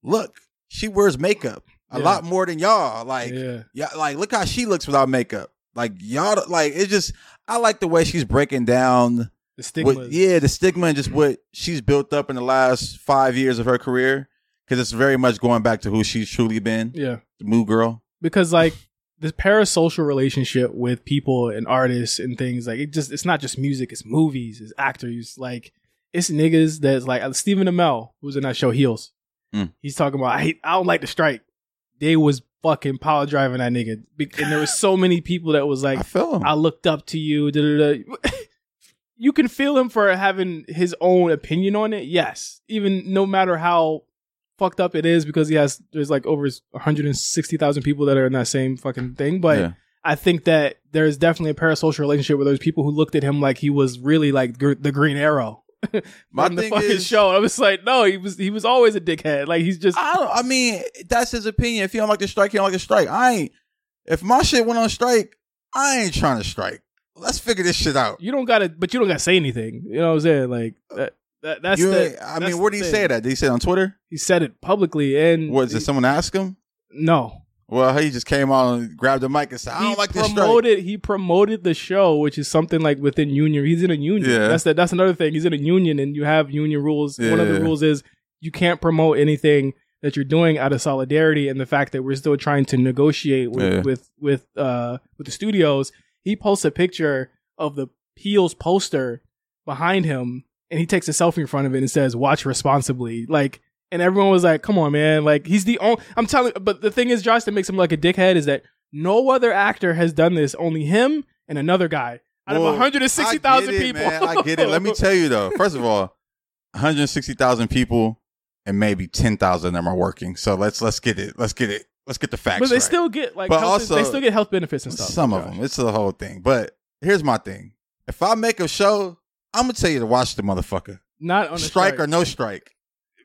look, she wears makeup a
Yeah.
lot more than y'all. Like,
yeah.
Yeah, like look how she looks without makeup. Like y'all, like it's just I like the way she's breaking down.
The stigmas.
What, yeah, the stigma and just what she's built up in the last five years of her career, because it's very much going back to who she's truly been,
yeah.
the Moo Girl.
because like this parasocial relationship with people and artists and things like it just it's not just music it's movies it's actors like it's niggas that's like uh, Stephen Amell who's in that show Heels
Mm.
he's talking about I hate, I don't like the strike they was fucking power driving that nigga Be- and there was so many people that was like
I feel him.
I looked up to you. Da, da, da. [laughs] you can feel him for having his own opinion on it. Yes, even no matter how fucked up it is, because he has there's like over 160,000 people that are in that same fucking thing. But
Yeah.
I think that there's definitely a parasocial relationship where there's people who looked at him like he was really like gr- the Green Arrow
My
on the
thing
fucking
is-
show. I was like, no, he was he was always a dickhead. Like he's just
I don't, I mean, that's his opinion. If he don't like the strike, he don't like the strike. I ain't. If my shit went on strike, I ain't trying to strike. Let's figure this shit out.
you don't gotta, but you don't gotta say anything. You know what I'm saying? Like that. that that's
You
the.
ain't- I
that's
mean, where
the
did he
thing.
say that? Did he say it on Twitter?
He said it publicly, and
Was it someone ask him?
No,
Well, he just came out and grabbed the mic and said, "I don't
he
like this strike."
promoted. He promoted the show, which is something like within union. He's in a union.
Yeah.
That's that. That's another thing. He's in a union, and you have union rules. One of the
Yeah.
rules is you can't promote anything that you're doing out of solidarity, and the fact that we're still trying to negotiate with
Yeah.
with with uh with the studios. He posts a picture of the Peels poster behind him, and he takes a selfie in front of it and says, "Watch responsibly." Like. And everyone was like, "Come on, man! Like he's the only." I'm telling. But the thing is, Josh, that makes him like a dickhead is that no other actor has done this. Only him and another guy out
Well,
of 160,000
I get it,
people.
Man, I get
[laughs]
it. Let me tell you though. First of all, 160,000 people, and maybe 10,000 of them are working. So let's let's get it. Let's get it. Let's get the facts.
But they
right.
still get like
But
health,
also-
they still get health benefits and stuff.
some of
Josh.
them. It's the whole thing. But here's my thing. If I make a show, I'm gonna tell you to watch the motherfucker.
Not on a
strike,
strike,
or no strike.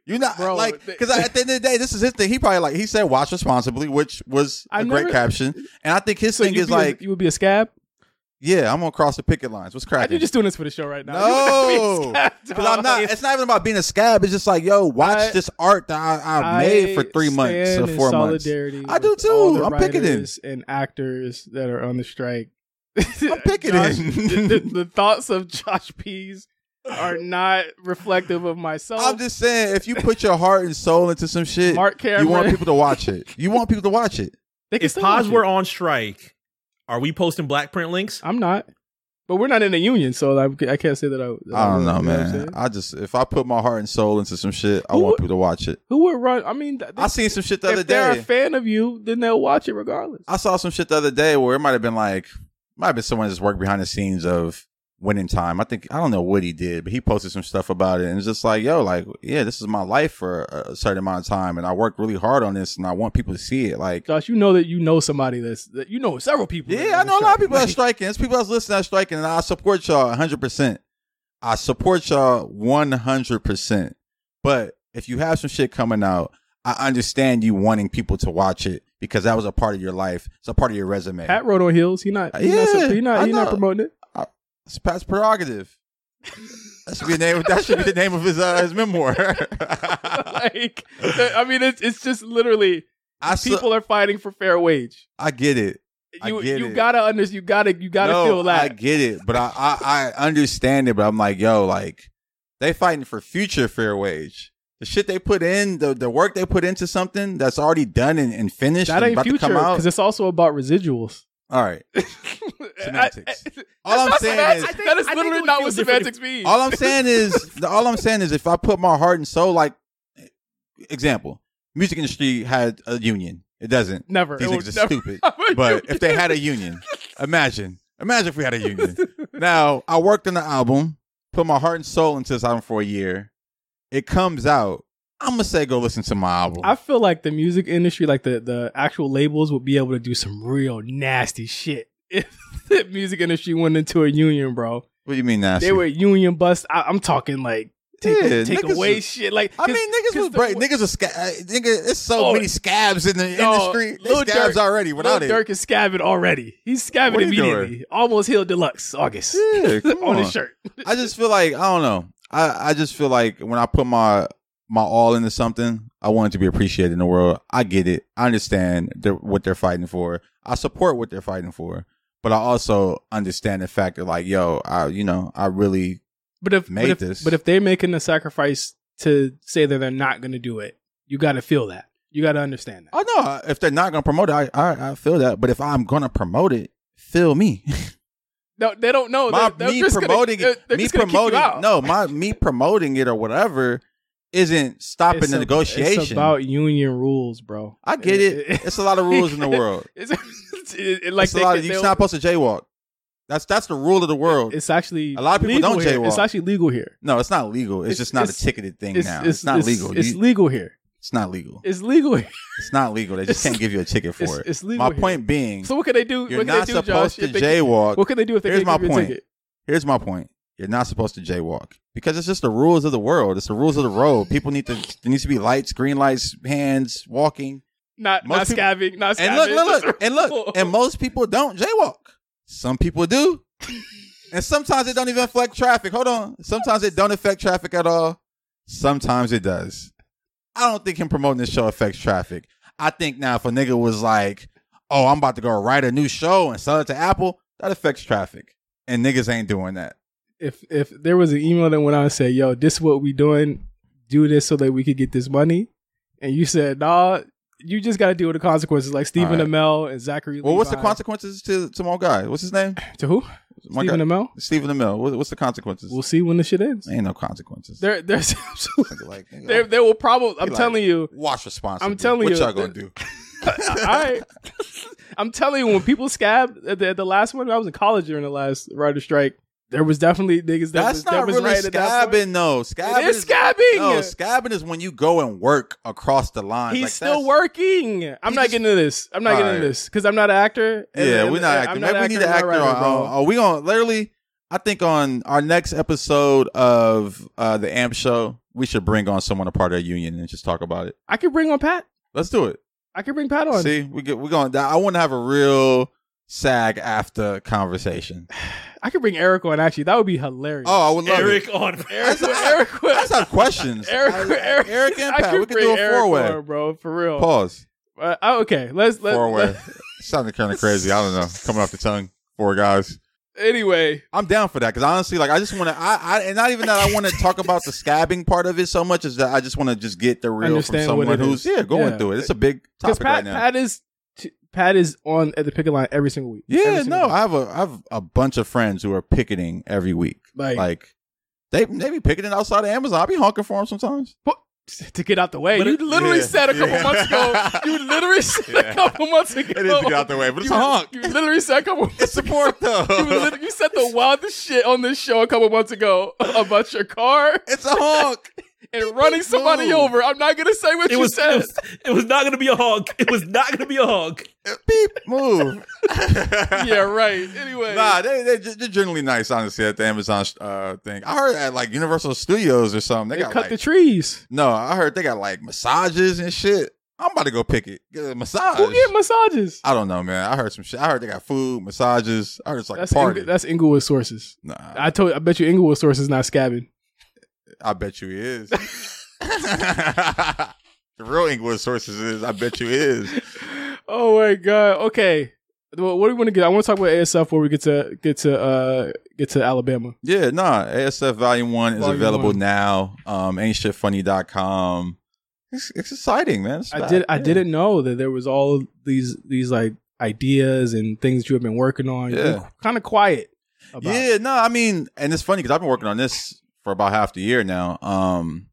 You're not
Bro,
like
they-
because at the end of the day, this is his thing. He probably like he said, "Watch responsibly," which was a
I
great
never-
caption. And I think his
So
thing
you'd
is
be a-
like
you would be a scab.
Yeah, I'm gonna cross the picket lines. What's cracking?
You're just doing this for the show right now. [laughs]
no, because I'm not. It's not even about being a scab. It's just like, yo, watch
I-
this art that I, I've made for three months
stand
or
in
four months.
solidarity
I do
with all
too.
the
I'm picketing.
writers And actors that are on the strike. [laughs]
I'm picketing.
Josh- the, the-
[laughs]
the thoughts of Josh Pease are not reflective of myself.
I'm just saying, if you put your heart and soul into some shit,
Mark
you want
Cameron.
people to watch it. You want people to
[laughs]
watch it.
They can
If
still watch
Pods
it.
were on strike, are we posting black print links?
I'm not. But we're not in a union, so I, I can't say that I. that
I
would, Uh, you
don't know,
what I'm
man.
saying?
I just if I put my heart and soul into some shit, I
Who
want
would-
people to watch it.
Who would run? I mean, th-
I seen some shit the
if
other
they're a
day.
fan of you, then they'll watch it regardless.
I saw some shit the other day where it might have been like might have been someone that's worked behind the scenes of winning time. I think I don't know what he did, but he posted some stuff about it and it's just like, yo, like, yeah, this is my life for a certain amount of time and I worked really hard on this and I want people to see it. Like
Josh, you know that you know somebody that's that you know several people. that
Yeah, I
on
know a lot of people
strike.
that's striking. There's people that's listening that's striking, and I support y'all 100%. I support y'all 100%. But if you have some shit coming out, I understand you wanting people to watch it because that was a part of your life. It's a part of your resume.
Pat rode on heels. He not. He not,
Yeah,
he not,
I
he not
know.
promoting it.
it's
[laughs]
Pat's prerogative. That should be the name. That should be the name of his uh,
[laughs]
his memoir.
like, I mean, it's it's just literally
I su-
people are fighting for fair wage.
I get it. I
You
get
you
it.
gotta understand. You gotta you gotta
No,
feel that.
I get it, but I, I I understand it. But I'm like, yo, like they fighting for future fair wage. The shit they put in, the the work they put into something that's already done and, and finished,
that
and
ain't
about
future
to come out.
because it's also about residuals. [laughs]
All right, [laughs] Semantics. All I'm saying is-
that is literally not what semantics means.
all I'm saying is, all I'm saying is, if I put my heart and soul, like example, music industry had a union. It doesn't.
Never.
These
It will
niggas
never [laughs]
are stupid.
have a
But
union.
if they had a union, imagine. Imagine if we had a union. Now, I worked on the album, put my heart and soul into this album for a year. It comes out. I'm going to say go listen to my album.
I feel like the music industry, like the the actual labels, would be able to do some real nasty shit [laughs] if the music industry went into a union, bro.
what do you mean nasty?
They were union bust. I, I'm talking like take,
Yeah,
take
niggas
away
was-
shit. Like
I
'cause-
mean, niggas
'cause
was
the
break.
way-
Niggas was sca- uh, nigga. It's so
Oh,
many scabs in the
no,
industry. They
Lil
scabs
Durk-
already
Lil
without it.
Durk is scabbing already. He's scabbing
What are you
immediately. Almost healed deluxe August [laughs]
Yeah, come
on his
on.
shirt.
I just feel like I don't know. I I just feel like when I put my my all into something, I want it to be appreciated in the world. I get it. I understand they what they're fighting for. I support what they're fighting for. But I also understand the fact that like, yo, I you know, I really
But if
Made
but if,
this.
but if they're making a sacrifice to say that they're not going to do it, you got to feel that. You got to understand that.
I know if they're not gonna promote it, I I, I feel that. But if I'm gonna promote it,
[laughs]
feel me.
No, they don't know.
my
Oh, They're- they're
me
just gonna-
promoting
they're- they're
it, me
just gonna kick you
promoting
out.
no, my me promoting it or whatever isn't stopping
It's
the
a-
negotiation.
It's about union rules, bro.
I get it.
[laughs]
It's a lot of rules in the world.
It's, it's- it- it- like
It's a
they
lot
can-
of-
they'll-
you're not supposed to jaywalk. That's that's the rule of the world.
It's actually
A lot of people
legal
don't
here. It's
jaywalk.
actually legal here.
no, it's not legal. It's,
it's-
just not
it's-
a ticketed thing
It's,
now. It's, not legal.
It's
You-
legal here.
it's not legal.
It's legal. Here.
It's not legal. They just
it's-
can't give you a ticket for
it's-
it.
it's legal
My
here.
point being,
So what can they do?
you're
what can
not
they do, Josh,
supposed to
if they can-
jaywalk.
What can they do if they
Here's
can't
my
give you a
point.
ticket?
Here's my point. You're not supposed to jaywalk because it's just the rules of the world. It's the rules of the road. People need to there needs to be lights, green lights, hands, walking.
Not
Most
not
people-
scabbing. Not
And
scabbing.
look, look, look, and
Cool. [laughs]
look, and most people don't jaywalk. Some people do, and sometimes it don't even affect traffic. Hold on, sometimes it don't affect traffic at all. Sometimes it does. I don't think him promoting this show affects traffic. I think now if a nigga was like, "Oh, I'm about to go write a new show and sell it to Apple," that affects traffic, and niggas ain't doing that.
if if there was an email that went out and said, "Yo, this is what we doing. Do this so that we could get this money," and you said, "Nah, you just got to deal with the consequences." Like Stephen
All right.
Amell and Zachary.
Well, what's the
Levi.
consequences to to my guy? What's
[sighs]
his name?
To who?
My
Stephen
guy-
Amell.
Stephen Amell. What- What's the consequences?
We'll see when the shit ends.
ain't no consequences.
There, there's [laughs] absolutely.
like, nigga,
There, there will probably. I'm
Be like,
telling you.
Wash responsibly.
I'm telling
what
you,
What y'all gonna
th-
do?
All right. I'm telling you, when people scabbed at the, at the last one, I was in college during the last writer strike. There was definitely niggas that
That's
was,
not
that was
really
right at that point.
scabbing, though. Scabbing
is scabbing!
No, scabbing is when you go and work across the line.
He's
Like,
still
that's-
working. I'm not
He just-
getting into this. I'm not getting into
Alright.
this because I'm not an actor. and-
Yeah,
and-
we're not
and
acting.
I'm not
Maybe we need
an
to act
actor. and I'm not a writer,
on.
bro.
Oh, we gonna literally. I think on our next episode of uh, the AMP show, we should bring on someone a part of a union and just talk about it.
I could bring on Pat.
Let's do it.
I could bring Pat on.
See, we get, we're going. to I want to have a real SAG after conversation.
I could bring Eric on actually. That would be hilarious.
Oh, I would love
Eric
it.
on
That's, Eric,
Eric
that's
was-
not questions.
[laughs] Eric,
I-
Eric,
Eric and
I
Pat.
could
We could
bring
do a
Eric
four way.
on, bro, for real.
Pause.
Uh, oh, okay, let's let.
Four way.
let
Sounded kind of crazy. I don't know. Coming off the tongue. Four guys.
anyway,
I'm down for that because honestly, like I just want to. I, I and not even that I want to talk about the scabbing part of it so much as that I just want to just get the real from
Understand what
someone
it is.
who's yeah going
Yeah.
through it. It's a big
because
topic
Pat,
right now.
Pat is Pat is on at the picket line every single week. Every
yeah,
single
no,
week.
I have a I have a bunch of friends who are picketing every week.
Like-
Like, they they be picketing outside of Amazon. I be honking for them [laughs] sometimes.
[laughs] to get out the way.
But
you
it-
literally
Yeah.
said a couple
Yeah.
months ago.
[laughs]
You literally said a
Yeah.
couple months ago.
the way, but
you, [laughs] You literally said a
[laughs]
couple.
It's support though.
You, literally- you said the wildest shit on this show a couple months ago [laughs] about your car
It's a [laughs] honk.
and running somebody
Boom.
over. I'm not gonna say what
It
you
was, it
said.
was it was not gonna be a hog. It was not gonna be
[laughs]
a hog.
Beep. [laughs] Move.
[laughs] yeah, right. Anyway,
Nah, they, they, they're generally nice, honestly, at the Amazon uh, thing. I heard at like Universal Studios or something. They,
they
got
cut
like,
the trees.
No, I heard they got like massages and shit. I'm about to go pick it. Get a massage.
Who get massages?
I don't know, man. I heard some shit. I heard they got food, massages. I heard it's like
That's
a party.
Ing- that's Inglewood sources.
nah, I,
I told. I bet you Inglewood sources not scabbing.
bet you he is. [laughs] the real Inglewood sources is. I bet you he is.
Oh my god. Okay. Well, what do we want to get? I want to talk about ASF before we get to get to uh get to Alabama.
Yeah, nah. ASF Volume One is
Volume
available
one.
now. Um, ain'tshitfunny.com. It's, it's exciting, man. It's
I
back.
did. I
Yeah.
didn't know that there was all these these like ideas and things that you have been working on.
Yeah.
Kind of quiet. About.
Yeah, no, I mean, and it's funny because I've been working on this for about half the year now. Um,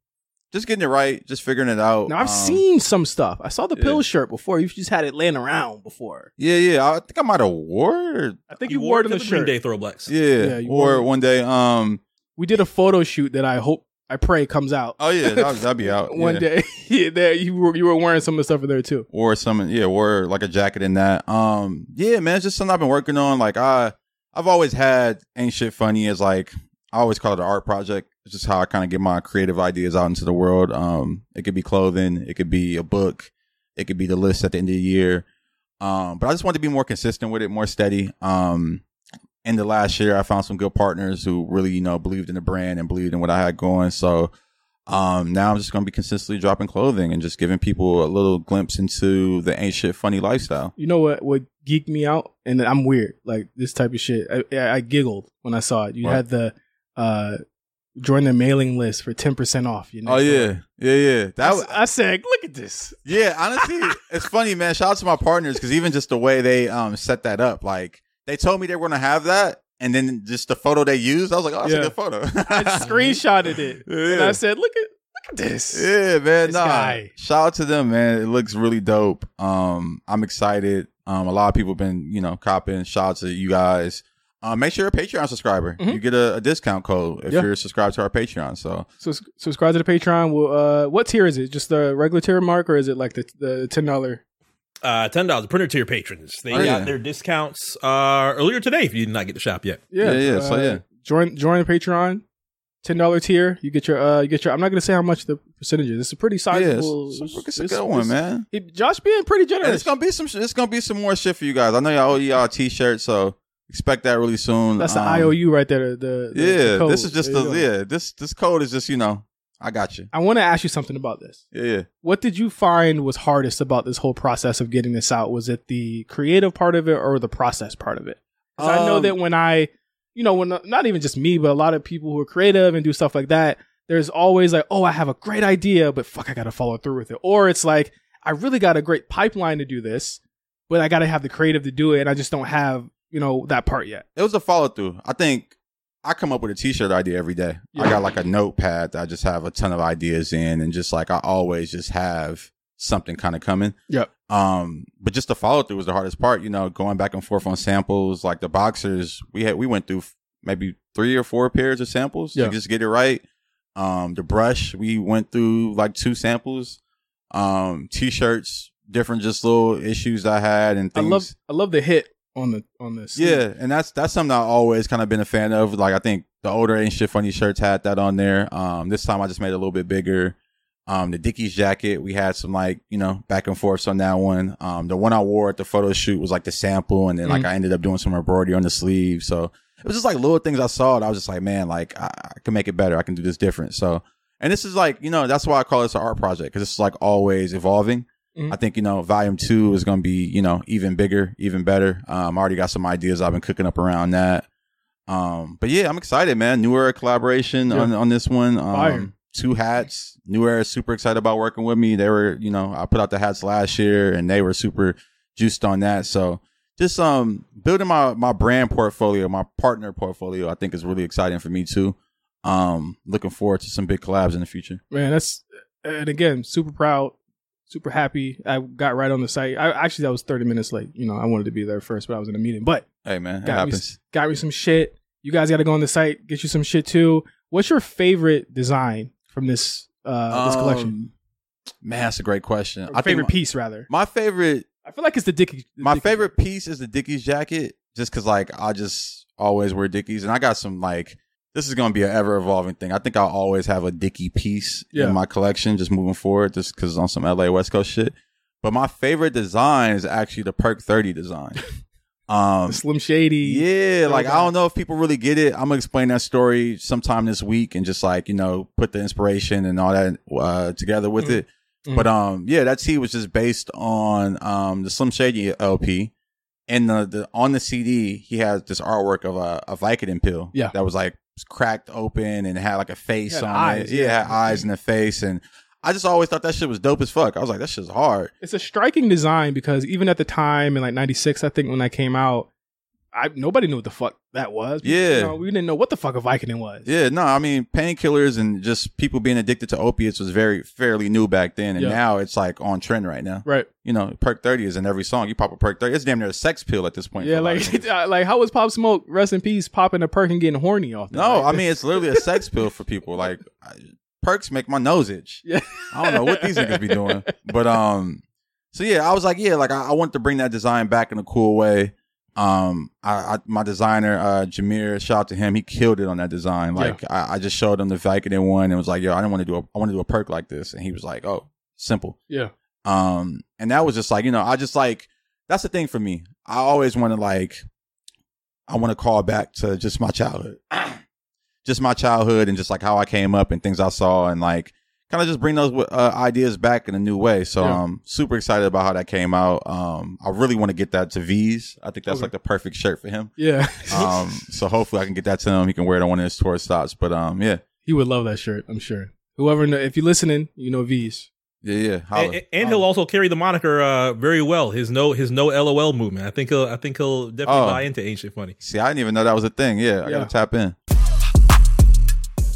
just getting it right, just figuring it out.
Now I've
Um,
seen some stuff. I saw the
yeah.
pill shirt before. You've just had it laying around before.
Yeah, yeah. I think I might have wore.
I think
You
you, wore it
to
on the,
the Green
shirt.
Day throwbacks.
Yeah,
Yeah, you
wore it
wore-
one day. Um,
We did a photo shoot that I hope I pray comes out
oh yeah, that'd, that'd be
[laughs]
out
one
yeah.
day. yeah, there you were you were wearing some of the stuff in there too.
Wore some, yeah, wore like a jacket in that. Um, yeah, man, it's just something I've been working on. Like I, I've always had ain't shit funny as like I always call it an art project. It's just how I kind of get my creative ideas out into the world. Um, it could be clothing, it could be a book, it could be the list at the end of the year. Um, but I just wanted to be more consistent with it, more steady. Um, in the last year, I found some good partners who really, you know, believed in the brand and believed in what I had going. So um, now I'm just going to be consistently dropping clothing and just giving people a little glimpse into the ain't shit funny lifestyle.
You know what? What geeked me out, and I'm weird like this type of shit. I, I, I giggled when I saw it. You
What?
had the uh join the mailing list for ten percent off. You know?
Oh yeah, yeah, yeah. That
I,
was,
I said, look at this.
Yeah, honestly, it's funny, man. Shout out to my partners because even just the way they um set that up, like they told me they were gonna have that, and then just the photo they used, I was like, oh, that's
Yeah.
a good photo.
I
[laughs]
screenshotted it. And
Yeah.
I said, look at look at this.
yeah, man.
This
Nah,
guy.
shout out to them, man. It looks really dope. Um, I'm excited. Um, a lot of people been you know copying. Shout out to you guys. Um, make sure you're a Patreon subscriber.
Mhm.
You get a, a discount code if
Yeah.
you're subscribed to our Patreon. So
So subscribe to the Patreon. Well, uh, what tier is it? Just the regular tier mark, or is it like the the ten dollar?
Uh, ten dollars. Printer to your patrons. They
Oh, yeah.
got their discounts uh, earlier today. If you did not get to shop yet,
Yeah, yeah, so
uh,
yeah.
Join join the Patreon. Ten dollar tier. You get your uh, you get your. I'm not gonna say how much the percentage is. It's a pretty
yeah, it's,
sizable.
it's- it's a good one, man.
He, Josh being pretty
And
generous.
it's gonna be some. sh- It's gonna be some more shit for you guys. I know y'all owe y'all a t-shirt, so expect that really soon.
That's the
Um,
IOU right there. The, the- the
Yeah,
code.
this is just
There
the
you go.
yeah. This this code is just you know. I got you.
I want to ask you something about this.
Yeah, yeah.
What did you find was hardest about this whole process of getting this out? Was it the creative part of it or the process part of it? 'Cause I know
Um,
that when I, you know, when not even just me, but a lot of people who are creative and do stuff like that, there's always like, oh, I have a great idea, but fuck, I got to follow through with it. Or it's like, I really got a great pipeline to do this, but I got to have the creative to do it. And I just don't have, you know, that part yet.
It was a follow through. I think I come up with a t-shirt idea every day.
Yeah.
I got like a notepad that I just have a ton of ideas in, and just like I always just have something kind of coming.
Yep.
Um, but just the follow through was the hardest part. You know, going back and forth on samples. Like the boxers, we had we went through f- maybe three or four pairs of samples
Yeah.
to just get it right. Um, the brush, we went through like two samples. Um, t-shirts, different just little issues I had and
I
things.
love, I love the hit on the, on this.
Yeah, and that's that's something I've always kind of been a fan of. Like I think the older ain't shit funny shirts had that on there. Um, this time I just made it a little bit bigger. Um, the Dickies jacket, we had some like you know back and forth on that one. Um, the one I wore at the photo shoot was like the sample, and then like I ended up doing some embroidery on the sleeve. So it was just like little things I saw, and I was just like, man, like I, I can make it better. I can do this different. So, and this is like you know that's why I call this an art project because it's like always evolving. I think you know volume two is going to be you know even bigger, even better. Um, I already got some ideas I've been cooking up around that. Um, but yeah, I'm excited, man. New Era collaboration on, on this one. Um,
Fire.
Two hats. New Era is super excited about working with me. They were, you know, I put out the hats last year and they were super juiced on that. So just um building my my brand portfolio, my partner portfolio, I think is really exciting for me too. Um, looking forward to some big collabs in the future.
man that's and again super proud super happy i got right on the site i actually that was 30 minutes late you know i wanted to be there first but i was in a meeting but
Hey man, it
got me,
happens.
got me some shit you guys got to go on the site get you some shit too what's your favorite design from this uh this collection
Um, Man, that's a great question.
Or
I think
favorite
my-
piece rather
My favorite
i feel like it's the dickie the
my
Dickie-
favorite piece is the Dickies jacket, just because like I just always wear Dickies, and I got some like this is gonna be an ever evolving thing. I think I'll always have a Dickie piece
Yeah.
in my collection, just moving forward, just because on some LA West Coast shit. But my favorite design is actually the Perk
[laughs]
Thirty design. Um,
the slim shady
yeah, like I
throwback.
don't know if people really get it. I'm gonna explain that story sometime this week and just like you know put the inspiration and all that uh, together with it.
Mm.
But um, yeah, that tee was just based on um the Slim Shady LP, and the, the on the CD he has this artwork of a, a Vicodin pill.
Yeah.
that was like cracked open and had like a face
Had
on
eyes,
it. Yeah,
yeah.
had eyes and a face, and I just always thought that shit was dope as fuck. I was like, that shit's hard.
it's a striking design because even at the time in like 96 i think when i came out i nobody knew what the fuck that was
Yeah.
You know, we didn't know what the fuck a vicodin was
Yeah, no, I mean painkillers and just people being addicted to opiates was very fairly new back then, and
Yeah.
now it's like on trend right now.
right
You know, perk thirty is in every song. You pop a perk thirty, it's damn near a sex pill at this point.
yeah
for a lot of
like [laughs]
people.
like how was pop smoke rest in peace popping a perk and getting horny off that?
no, I
Like,
mean it's literally a sex pill for people. Like I, perks make my nose itch.
Yeah.
I don't know what these niggas be doing, but um, so yeah, I was like, yeah, like I, I want to bring that design back in a cool way. Um, I, I my designer uh Jameer, shout out to him, he killed it on that design. Like I, I just showed him the Vicodin one and was like, yo, I didn't want to do a, I want to do a perk like this, and he was like, oh, simple.
[laughs] Yeah.
Um, and that was just like you know, I just like that's the thing for me. I always want to like, I want to call back to just my childhood, [clears throat] just my childhood, and just like how I came up and things I saw, and like kind of just bring those uh, ideas back in a new way. So
Yeah.
I'm super excited about how that came out. Um, I really want to get that to V's. I think that's
Okay.
like the perfect shirt for
[laughs]
him.
yeah
Um, so hopefully I can get that to him. He can wear it on one of his tour stops. But um, yeah,
he would love that shirt i'm sure whoever kn- if you're listening you know v's
yeah, yeah.
And,
Holla.
and- and he'll also carry the moniker uh, very well. His no, his no LOL movement. I think he'll, I think he'll definitely
Oh.
buy into ancient funny.
See, I didn't even know that was a thing. Yeah, I
Yeah.
gotta tap in.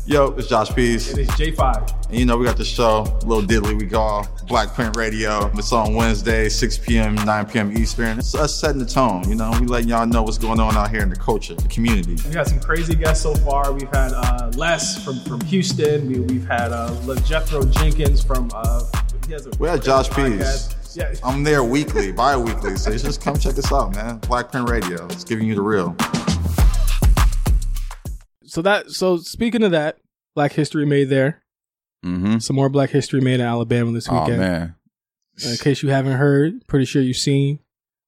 Yo, it's Josh Pease.
it's j5
And you know, we got the show, Little Diddly, we call
Black Print Radio. It's on Wednesday, 6 p.m., 9 p.m. Eastern. It's us setting the tone, you know, we letting y'all know what's going on out here in the culture, the community.
we got some crazy guests so far we've had uh les from from houston we, we've had uh jethro jenkins from uh he has a
We had Josh Pease.
yeah
I'm there weekly, bi weekly, so you just come check us out, man. Black Print Radio, it's giving you the real.
so that so speaking of that black history made there
Mm-hmm.
some more black history made in alabama this
Oh
weekend
man.
Uh, in case you haven't heard pretty sure you've seen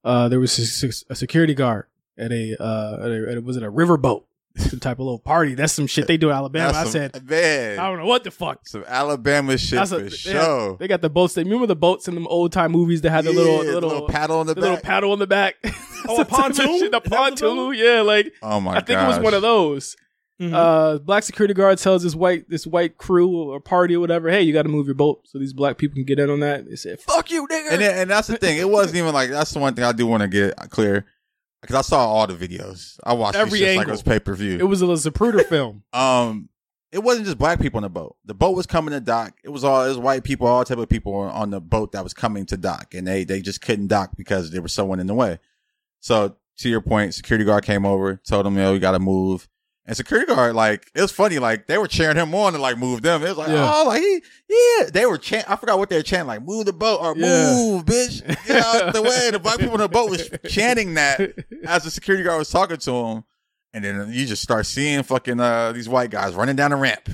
uh there was a, a security guard at a uh at a, at a- was it a riverboat [laughs] some type of little party that's some shit they do in alabama i
That's some-
said
man.
i don't know what the fuck
Some Alabama shit
That's
for
a- they
sure.
had- they got the boats they remember the boats in them old time movies that had the
Yeah,
little
the
little,
paddle on the
the little
back.
paddle on the
[laughs]
back Some
Oh, a
type of
pontoon?
shit, the
Is that what it's
pontoon yeah like
oh my
I think it was one of
gosh.
those.
Mm-hmm.
Uh, black security guard tells this white this white crew or party or whatever, hey, you got to move your boat so these black people can get in on that. They said, "Fuck you, nigga."
And then, and that's the thing. It wasn't even like that's the one thing I do want to get clear because I saw all the videos. I watched
Every
every shit like
angle.
it was pay per view.
it was a Zapruder [laughs] film.
um it wasn't just black people on the boat. The boat was coming to dock. It was all it was white people, all type of people on- on the boat that was coming to dock, and they they just couldn't dock because there was someone in the way. So to your point, security guard came over, told him, "Yo, you got to move." And security guard, like it was funny, like they were cheering him on to like move them. It was like,
Yeah.
oh, like he, yeah, they were chant. I forgot what they were chanting, like move the boat or
Yeah.
move, bitch, get out the way. The black people in the
[laughs]
boat was chanting that as the security guard was talking to him, and then you just start seeing fucking uh, these white guys running down the ramp,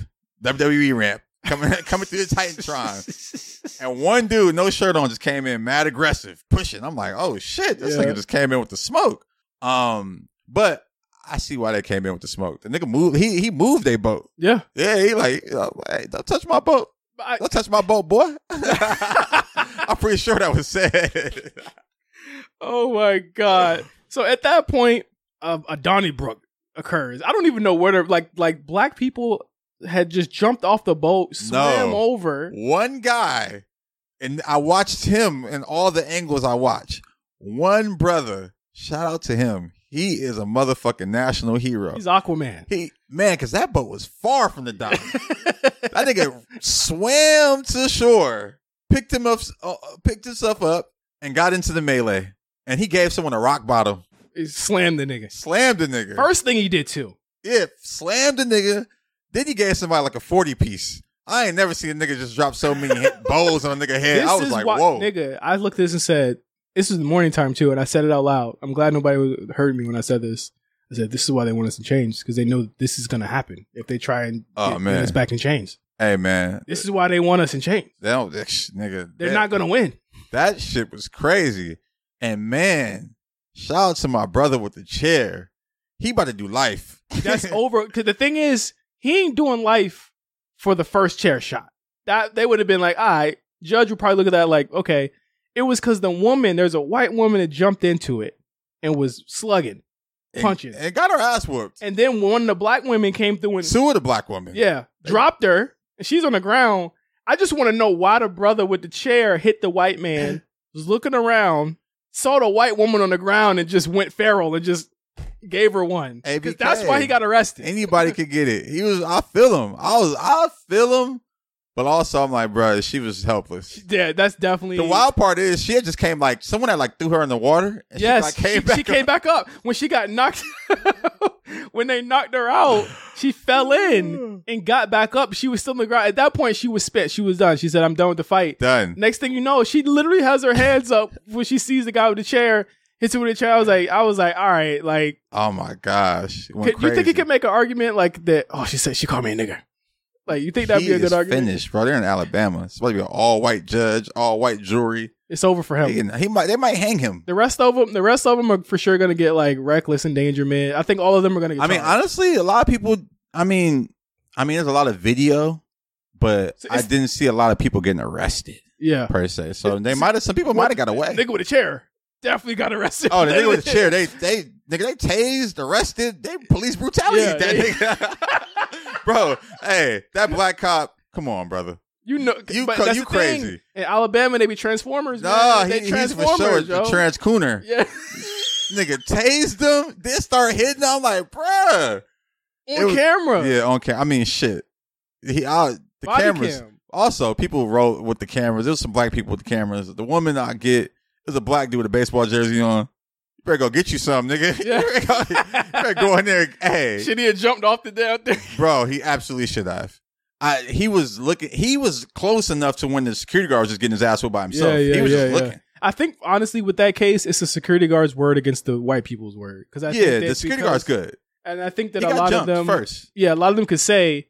WWE ramp, coming [laughs] coming through the Titantron, and one dude, no shirt on, just came in mad aggressive, pushing. I'm like, oh shit, this
Yeah.
nigga just came in with the smoke. Um, but I see why they came in with the smoke. The nigga moved. He he moved their boat.
Yeah.
Yeah, he like, you know, hey, don't touch my boat.
But I-
Don't touch my boat, boy. [laughs] I'm pretty sure that was said. [laughs]
Oh my god! So at that point, uh, a Donnybrook occurs. I don't even know where to like like black people had just jumped off the boat, swam
No.
over.
one guy, and I watched him in all the angles I watch. One brother, shout out to him. He is a motherfucking national hero.
He's Aquaman.
he man, because that boat was far from the dock. that nigga swam to shore, picked him up, uh, picked himself up, and got into the melee. And he gave someone a rock bottom,
He slammed the nigga.
slammed the nigga.
First thing he did too.
Yeah, slammed the nigga. Then he gave somebody like a 40 piece. I ain't never seen a nigga just drop so many
[laughs]
hit bowls on a nigga head.
this
I was
is
like,
why,
whoa.
nigga. I looked at this and said, "This is the morning time too," and I said it out loud. I'm glad nobody was- heard me when I said this. I said, "This is why they want us to change because they know this is gonna happen if they try and
Oh,
get,
man.
get us back in chains.
Hey man,
This is why they want us in chains.
they don't, that sh- nigga.
They're
that-
not gonna win."
That shit was crazy. And man, shout out to my brother with the chair. He about to do life. [laughs]
That's over. Because the thing is, he ain't doing life for the first chair shot. That they would have been like, all right, judge would probably look at that like, okay, it was because the woman, there's a white woman that jumped into it and was slugging, punching,
and, and got her ass whooped.
and then one of the black women came through and
Sue the black woman.
yeah, dropped her, and she's on the ground. I just want to know why the brother with the chair hit the white man. was looking around, saw the white woman on the ground, and just went feral and just gave her one. 'Cause That's
ABK.
why he got arrested.
Anybody could get it. He was. I feel him. I was. I feel him. But also, I'm like, bro, she was helpless.
Yeah, that's definitely
The wild part is she had just came like someone had like threw her in the water. And
Yes, she,
she like, came
she
back.
came back up when she got knocked. [laughs] when they knocked her out, she fell
[sighs]
in and got back up. She was still on the ground. At that point, she was spent. She was done. She said, "I'm done with the fight."
[laughs] Done.
Next thing you know, she literally has her hands up when she sees the guy with the chair. Hits him with a chair. I was like, I was like, all right, like,
Oh my gosh. It went
could, you think you
crazy.
could make an argument like that? Oh, she said she called me a nigger. Like, you think that'd
He
be a
is
good argument?
Finished, bro. They're in Alabama. It's supposed to be an all white judge, all white jury.
It's over for him.
He, he might. They might hang him.
The rest of them, the rest of them are for sure gonna get like reckless endangerment. I think all of them are gonna. get
I mean,
charged.
honestly, a lot of people. I mean, I mean, there's a lot of video, but
So
I
it's-
didn't see a lot of people getting arrested
yeah.
per se. So they might have. Some people might have got away.
Nigga with a chair definitely got arrested.
Oh, the nigga with the chair. They they nigga they tased, arrested. They police brutality.
Yeah,
that
yeah.
nigga, [laughs] bro. Hey, that black cop. Come on, brother.
[laughs] You know,
You
but
cra-
that's
you
the thing.
crazy.
In Alabama, they be transformers.
Nah,
man.
he,
They
he's for
transformers,
sure the
yo.
transcooner.
[laughs] yeah,
Nigga tased them. Then start hitting. them. I'm like, bruh. It
on
was-
camera.
Yeah, on camera. I mean, shit. He I, the
Body
cameras.
cam.
Also, people roll with the cameras. There's some black people with the cameras. The woman I get is a black dude with a baseball jersey on. You better go get you some, nigga. [laughs]
Yeah.
you better go- you better go in there.
[laughs]
Hey,
Should he have jumped off the damn thing? [laughs]
bro, he absolutely should have. I, he was looking. He was close enough to when the security guard was just getting his ass whipped by himself. he was just looking.
I think honestly, with that case, it's the security guard's word against the white people's word. Because I think
yeah,
that
the security
because-
guard's good.
and I think
He
that a
got
lot of
jumped
them [laughs]
first.
yeah, a lot of them could say,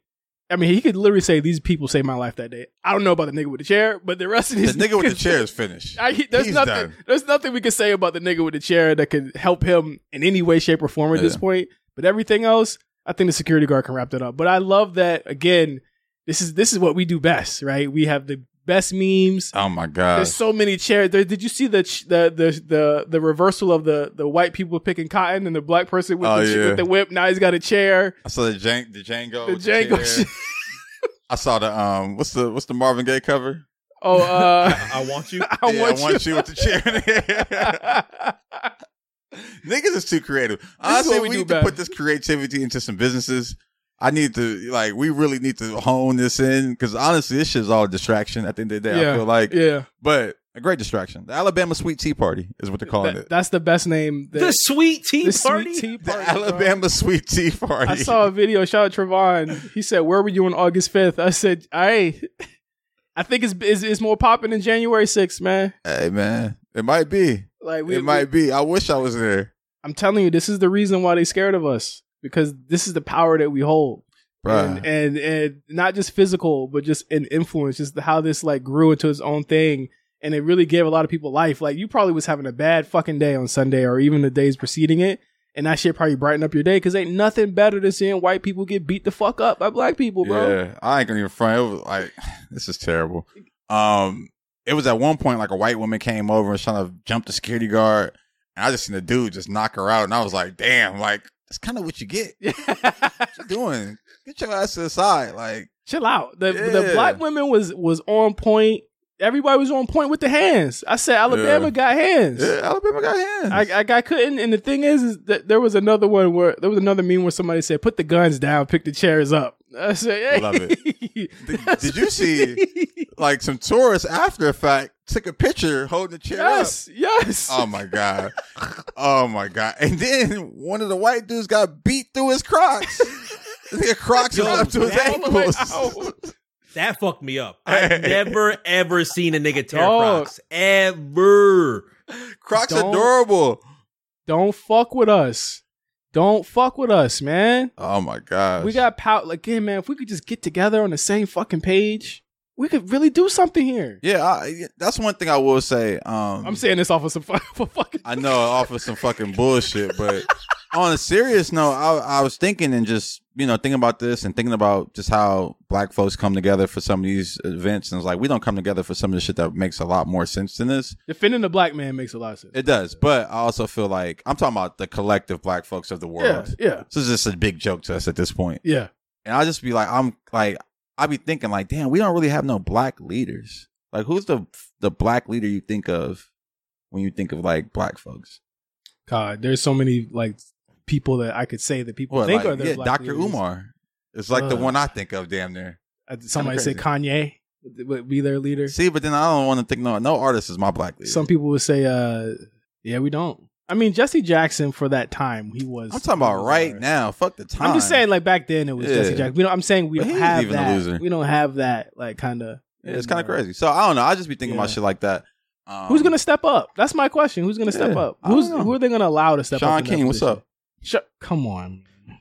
I mean, he could literally say, "These people saved my life that day." I don't know about the nigga with the chair, but the rest of
The
these
nigga with the
niggas-
chair is finished.
I, he- there's
He's
nothing.
done.
There's nothing we can say about the nigga with the chair that could help him in any way, shape, or form at this
Yeah.
point. But everything else, I think the security guard can wrap that up. But I love that again. This is this is what we do best, right? We have the best memes.
Oh my god!
There's so many chairs. There, did you see the, ch- the the the the reversal of the the white people picking cotton and the black person with,
Oh,
the, ch-
yeah.
with the whip? Now he's got a chair.
I saw the Django. Oh, The Django.
The
with
Django
chair.
shit. [laughs]
I saw the um. What's the what's the Marvin Gaye cover?
Oh, uh, [laughs]
I want
[laughs]
you.
I
Yeah,
want
I want you. with the chair.
[laughs]
[laughs] Niggas is too creative. Honestly,
what
we,
we do
need to
best.
put this creativity into some businesses. I need to like we really need to hone this in because honestly, this shit's all a distraction at the end of the day. I feel
[laughs]
like,
yeah,
but a great distraction. The Alabama Sweet Tea Party is what they're calling
That-
it.
that's the best name. That,
The sweet tea
the sweet
party.
tea
the
party, bro.
Alabama Sweet Tea Party.
I saw a video. Shout out Trevon. He said, "Where were you on August 5th? I said, "I, I think it's it's, it's more popping than January 6th, man.
Hey man, it might be.
Like we,
it might
we-
be. I wish I was there.
I'm telling you, this is the reason why they scared of us because this is the power that we hold.
Bruh.
and, and and not just physical, but just an influence, just how this like grew into its own thing, and it really gave a lot of people life. Like you probably was having a bad fucking day on Sunday, or even the days preceding it, and that shit probably brightened up your day because ain't nothing better than seeing white people get beat the fuck up by black people, bro.
Yeah, I ain't gonna even front. It was like [sighs] this is terrible. Um, it was at one point like a white woman came over and was trying to jump the security guard, and I just seen the dude just knock her out, and I was like, damn, like that's kind of what you get. what you doing? Get your ass to the side, like
Chill out. The the
Yeah.
black women was was on point. Everybody was on point with the hands. I said Alabama
Yeah.
got hands.
yeah, Alabama got hands.
I, I, I couldn't. And the thing is, is that there was another one where there was another meme where somebody said, "Put the guns down, pick the chairs up." I said, hey.
Love did, did you see like some tourists after the fact took a picture holding the chair
[laughs]
up?
Yes, yes.
Oh my god. Oh my god. And then one of the white dudes got beat through
[laughs]
his Crocs. The Crocs was up to his
that-
ankles.
That fucked me up. I've never ever seen a nigga tear
Dog.
Crocs ever.
Crocs
Don't-
adorable.
Don't fuck with us. Don't fuck with us, man.
Oh my god.
We got pout. Like, hey, man, if we could just get together on the same fucking page, we could really do something here.
Yeah, I, that's one thing I will say. Um
I'm saying this off of some fu- [laughs] for fucking.
I know I offer some fucking bullshit,
[laughs]
but on a serious note, I, I was thinking and just you know thinking about this and thinking about just how black folks come together for some of these events, and it's like we don't come together for some of the shit that makes a lot more sense than this.
Defending the black man makes a lot of sense.
It does, but I also feel like I'm talking about the collective black folks of the
yeah,
world.
yeah,
So it's just a big joke to us at this point.
yeah.
And I'll just be like, I'm like, I'll be thinking like, damn, we don't really have no black leaders. Like, who's the the black leader you think of when you think of like black folks?
God, there's so many like people that I could say that people
What,
think
like,
are their
yeah,
black
Dr.
leaders.
Umar. It's like the
Ugh.
one I think of, damn near.
Uh, Somebody said Kanye would- would be their leader.
See, but then I don't want to think no, no artist is my black leader.
Some people would say, uh, "Yeah, we don't." I mean, Jesse Jackson for that time, he was.
I'm talking about
he was
right
our-
now. Fuck the time.
I'm just saying, like back then, it was
Yeah.
Jesse Jackson. We don't. I'm saying we
But
don't
he was
have
even a loser.
that. We don't have that. Like kind of.
Yeah, it's kind of crazy. So I don't know. I just be thinking about
Yeah.
shit like that. Um,
Who's gonna step up? That's my question. Who's gonna step
Yeah,
up?
I don't
Who's
know.
who are they gonna allow to step
Sean
up? in that
King, what's
position?
up?
Sh- come on. [laughs]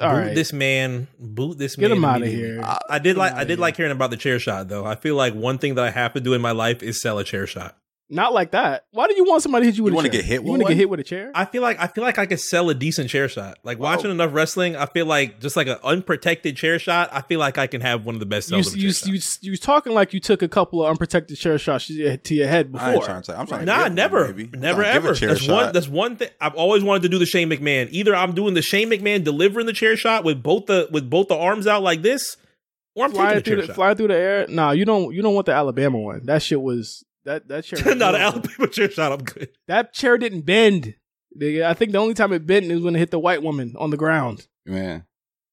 All
boot
right.
this man. Boot this
Get
man.
him out of
immediately.
here.
I, I did like
outta
I did
here.
like hearing about the chair shot though. I feel like one thing that I have to do in my life is sell a chair shot.
Not like that. Why do you want somebody to hit you with a
You wanna
chair?
get hit
You
with
want to
one?
get hit with a chair?
I feel like I feel like I could sell a decent chair shot. Like watching enough wrestling, I feel like just like an unprotected chair shot. I feel like I can have one of the best
you
sells. of a
you,
chair
you
shot.
you was talking like you took a couple of unprotected chair shots to your- to your head
I ain't
before.
trying to say. I'm trying to
Nah,
give
never,
one, maybe. I'm
never
trying to give a
ever.
chair
That's one.
shot.
That's one thing I've always wanted to do. The Shane McMahon. Either I'm doing the Shane McMahon delivering the chair shot with both the with both the arms out like this, or I'm
flying through
taking the chair
the,
shot. [laughs]
flying through the air. Nah, you don't you don't want the Alabama one. That shit was that that
[laughs]
chair. was
Not an
horrible.
Alabama chair shot. I'm good.
That chair didn't bend. Nigga, I think the only time it bent is when it hit the white woman on the ground.
man.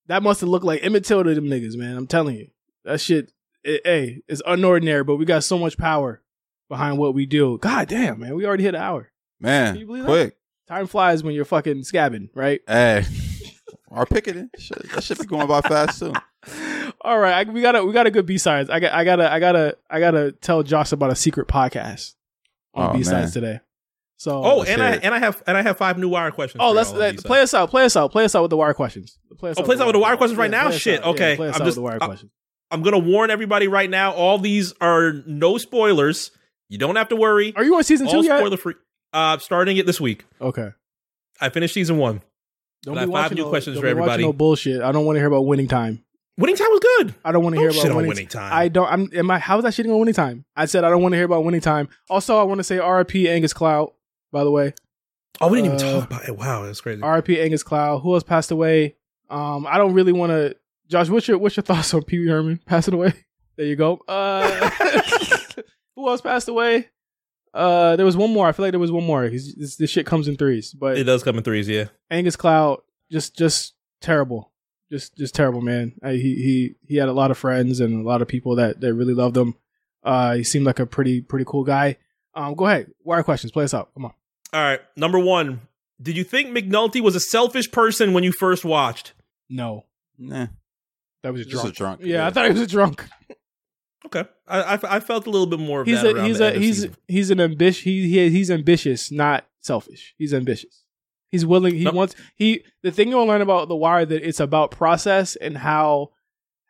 That must have looked like Emmett Till to them niggas, man. I'm telling you, that shit. It, hey, it's unordinary, but we got so much power behind what we do. God damn, man, we already hit an hour. Can you
Man,
believe that?
quick.
Time flies when you're fucking scabbing, right? [laughs]
Hey, our picketing. Shit, that should be going by fast soon.
All right, I, we got a we got a good B sides. I got I gotta I gotta I gotta tell Josh about a secret podcast on
Oh,
B
man.
sides today. So
Oh,
let's
and
hear
I
it.
and I have and I have five new wire questions.
oh
for
let's
y'all on
let,
these
play us out, play us out, play us out with the wire questions. Play us
Oh, play us out with the wire questions right now?
play us
Shit,
out.
okay.
play us
I'm
out
just-
with the wire
I-
questions.
I'm gonna warn everybody right now. All these are no spoilers. You don't have to worry.
Are you on season two
All
yet?
spoiler free. Uh, starting it this week.
Okay.
I finished season one.
Don't
I have five new
no,
questions
don't
for
be watching
everybody.
No bullshit. I don't want to hear about winning time.
Winning time was good.
I don't want to hear
Don't shit
about
on
winning,
winning time.
I don't. I'm. Am I? How was I shitting on winning time? I said I don't want to hear about winning time. Also, I want to say R.I.P. Angus Cloud. By the way,
Oh, we didn't
Uh,
even talk about it. Wow, that's crazy.
R.I.P. Angus Cloud. Who else passed away? Um, I don't really want to. Josh, what's your [laughs] what's your thoughts on Pee Wee Herman passing away? There you go. Uh, [laughs] who else passed away? Uh, there was one more. I feel like there was one more. He's, this, this shit comes in threes, but
It does come in threes. Yeah.
Angus Cloud, just just terrible, just just terrible, man. I, he he he had a lot of friends and a lot of people that that really loved him. Uh, he seemed like a pretty pretty cool guy. Um, go ahead, wire questions, play us out. Come on.
All right. Number one. Did you think McNulty was a selfish person when you first watched?
No,
Nah,
that was a
just
drunk.
a drunk.
yeah, I thought he was a drunk.
Okay, I, I, I felt a little bit more of
He's
that.
a
around
he's
the
a
end of
he's
season.
he's an ambitious he, he he's ambitious, not selfish. He's ambitious. He's willing. He
Nope.
wants he. The thing you'll learn about the wire that it's about process and how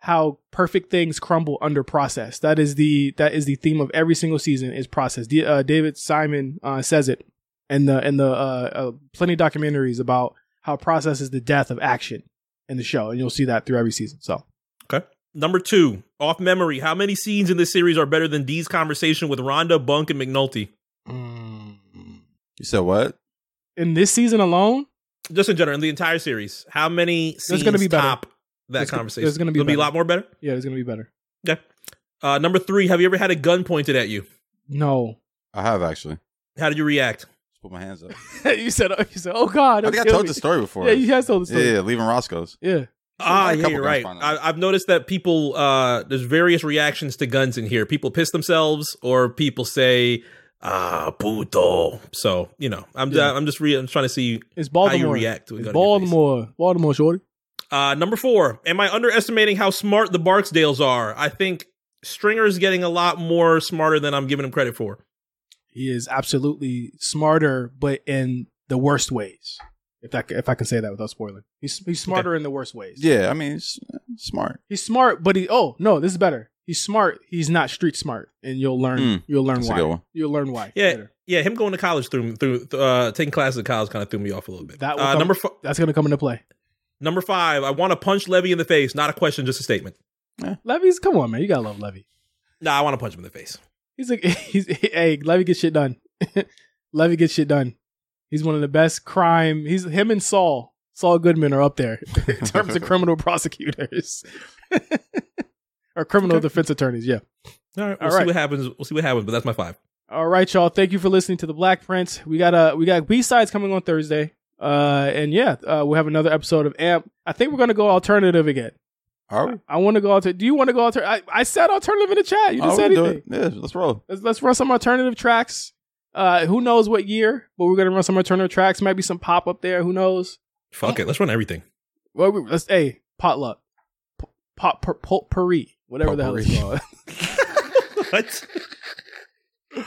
how perfect things crumble under process. That is the that is the theme of every single season is process. D- uh, David Simon uh, says it, and the and the uh, uh, plenty of documentaries about how process is the death of action in the show, and you'll see that through every season. So
Okay. Number two, off memory. How many scenes in this series are better than Dee's conversation with Rhonda, Bunk, and McNulty?
Mm.
You said what?
in this season alone,
Just in general, in the entire series, how many scenes
gonna be better.
top that
There's go-
conversation?
there's gonna be
There'll be a
better.
lot more better.
yeah, it's gonna be better.
Okay. Uh, number three, have you ever had a gun pointed at you?
No,
I have actually.
How did you react?
Just put my
[laughs]
hands up.
you said you said, oh God,
I
don't
think I
kill
told
me."
the story before.
Yeah, you guys told the
yeah,
story.
yeah, leaving Roscoe's.
yeah.
Ah,
A
yeah,
couple
you're
guns
right.
finally.
I, I've noticed that people, uh, there's various reactions to guns in here. People piss themselves, or people say, "Ah, puto." So you know, I'm
Yeah.
I'm just re- I'm trying to see
It's Baltimore.
how you react to a
It's
gun in your face.
Baltimore. Baltimore, shorty.
Uh, number four, am I underestimating how smart the Barksdales are? I think Stringer's getting a lot more smarter than I'm giving him credit for.
He is absolutely smarter, but in the worst ways. If that if I can say that without spoiling, he's he's smarter in the worst ways.
Yeah, I mean, it's uh, smart.
he's smart, but he oh no, this is better. He's smart. He's not street smart, and you'll learn.
Mm,
you'll learn
that's a
why.
good one.
You'll learn why.
Yeah,
later.
yeah. Him going to college through through uh, taking classes at college kind of threw me off a little bit.
That will
uh,
come-
number f-
that's gonna come into play.
number five, I want to punch Levy in the face. Not a question, just a statement.
Levy's come on, man. You gotta love Levy.
Nah, I want to punch him in the face.
He's like [laughs] he's hey Levy gets shit done. [laughs] Levy gets shit done. He's one of the best crime. He's him and Saul. Saul Goodman are up there [laughs] in terms
[laughs]
of criminal prosecutors [laughs] or criminal defense attorneys. Yeah.
All right,
All
we'll see
right.
what happens. We'll see what happens. But that's my five.
All right, y'all. Thank you for listening to the Black Prince. We got uh, we got B sides coming on Thursday. Uh, and yeah, uh, we'll have another episode of Amp. I think we're gonna go alternative again.
All right.
I want to go alter. Do you want to go alter? I, I said alternative in the chat. You didn't
All
say
right, do
anything.
it. Yeah, let's roll.
Let's, let's run some alternative tracks. Uh, who knows what year? But we're gonna run some alternative tracks. Might be some pop up there. Who knows?
Fuck it, let's run
[laughs]
everything.
Well, we, let's hey potluck, P- pop pur- potpourri, whatever the hell it's called.
What?
[laughs]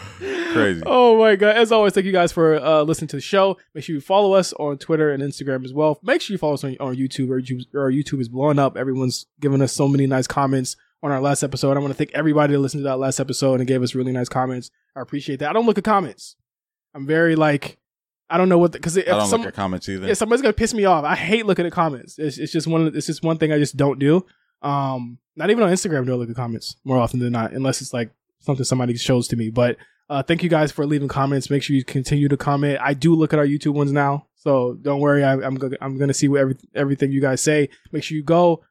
Crazy.
Oh my god! As always, thank you guys for uh, listening to the show. Make sure you follow us on Twitter and Instagram as well. Make sure you follow us on, on YouTube. Our YouTube, our YouTube is blowing up. Everyone's giving us so many nice comments on our last episode. I want to thank everybody that listened to that last episode and gave us really nice comments. I appreciate that. I don't look at comments. I'm very like, I don't know what because if
I don't
some,
look at comments either.
yeah, somebody's gonna piss me off. I hate looking at comments. It's, it's just one. of- It's just one thing I just don't do. Um, not even on Instagram do I look at comments more often than not, unless it's like something somebody shows to me. But uh, thank you guys for leaving comments. Make sure you continue to comment. I do look at our YouTube ones now, so don't worry. I, I'm go- I'm gonna see what every, everything you guys say. Make sure you go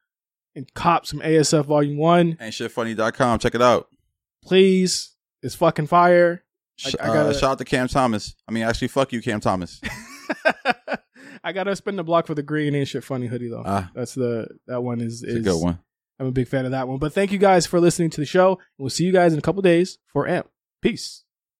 and cop some ASF Volume One,
Ain't shitfunny.com. Check it out.
please. It's fucking fire. [laughs]
Sh-
I- I gotta-
uh, shout out to Cam Thomas. I mean, actually, fuck you, Cam Thomas.
I gotta spin the block for the green and shit funny hoodie though.
Ah.
That's the that one is
It's
is
a good one.
I'm a big fan of that one. But thank you guys for listening to the show. And we'll see you guys in a couple days for AMP. Peace.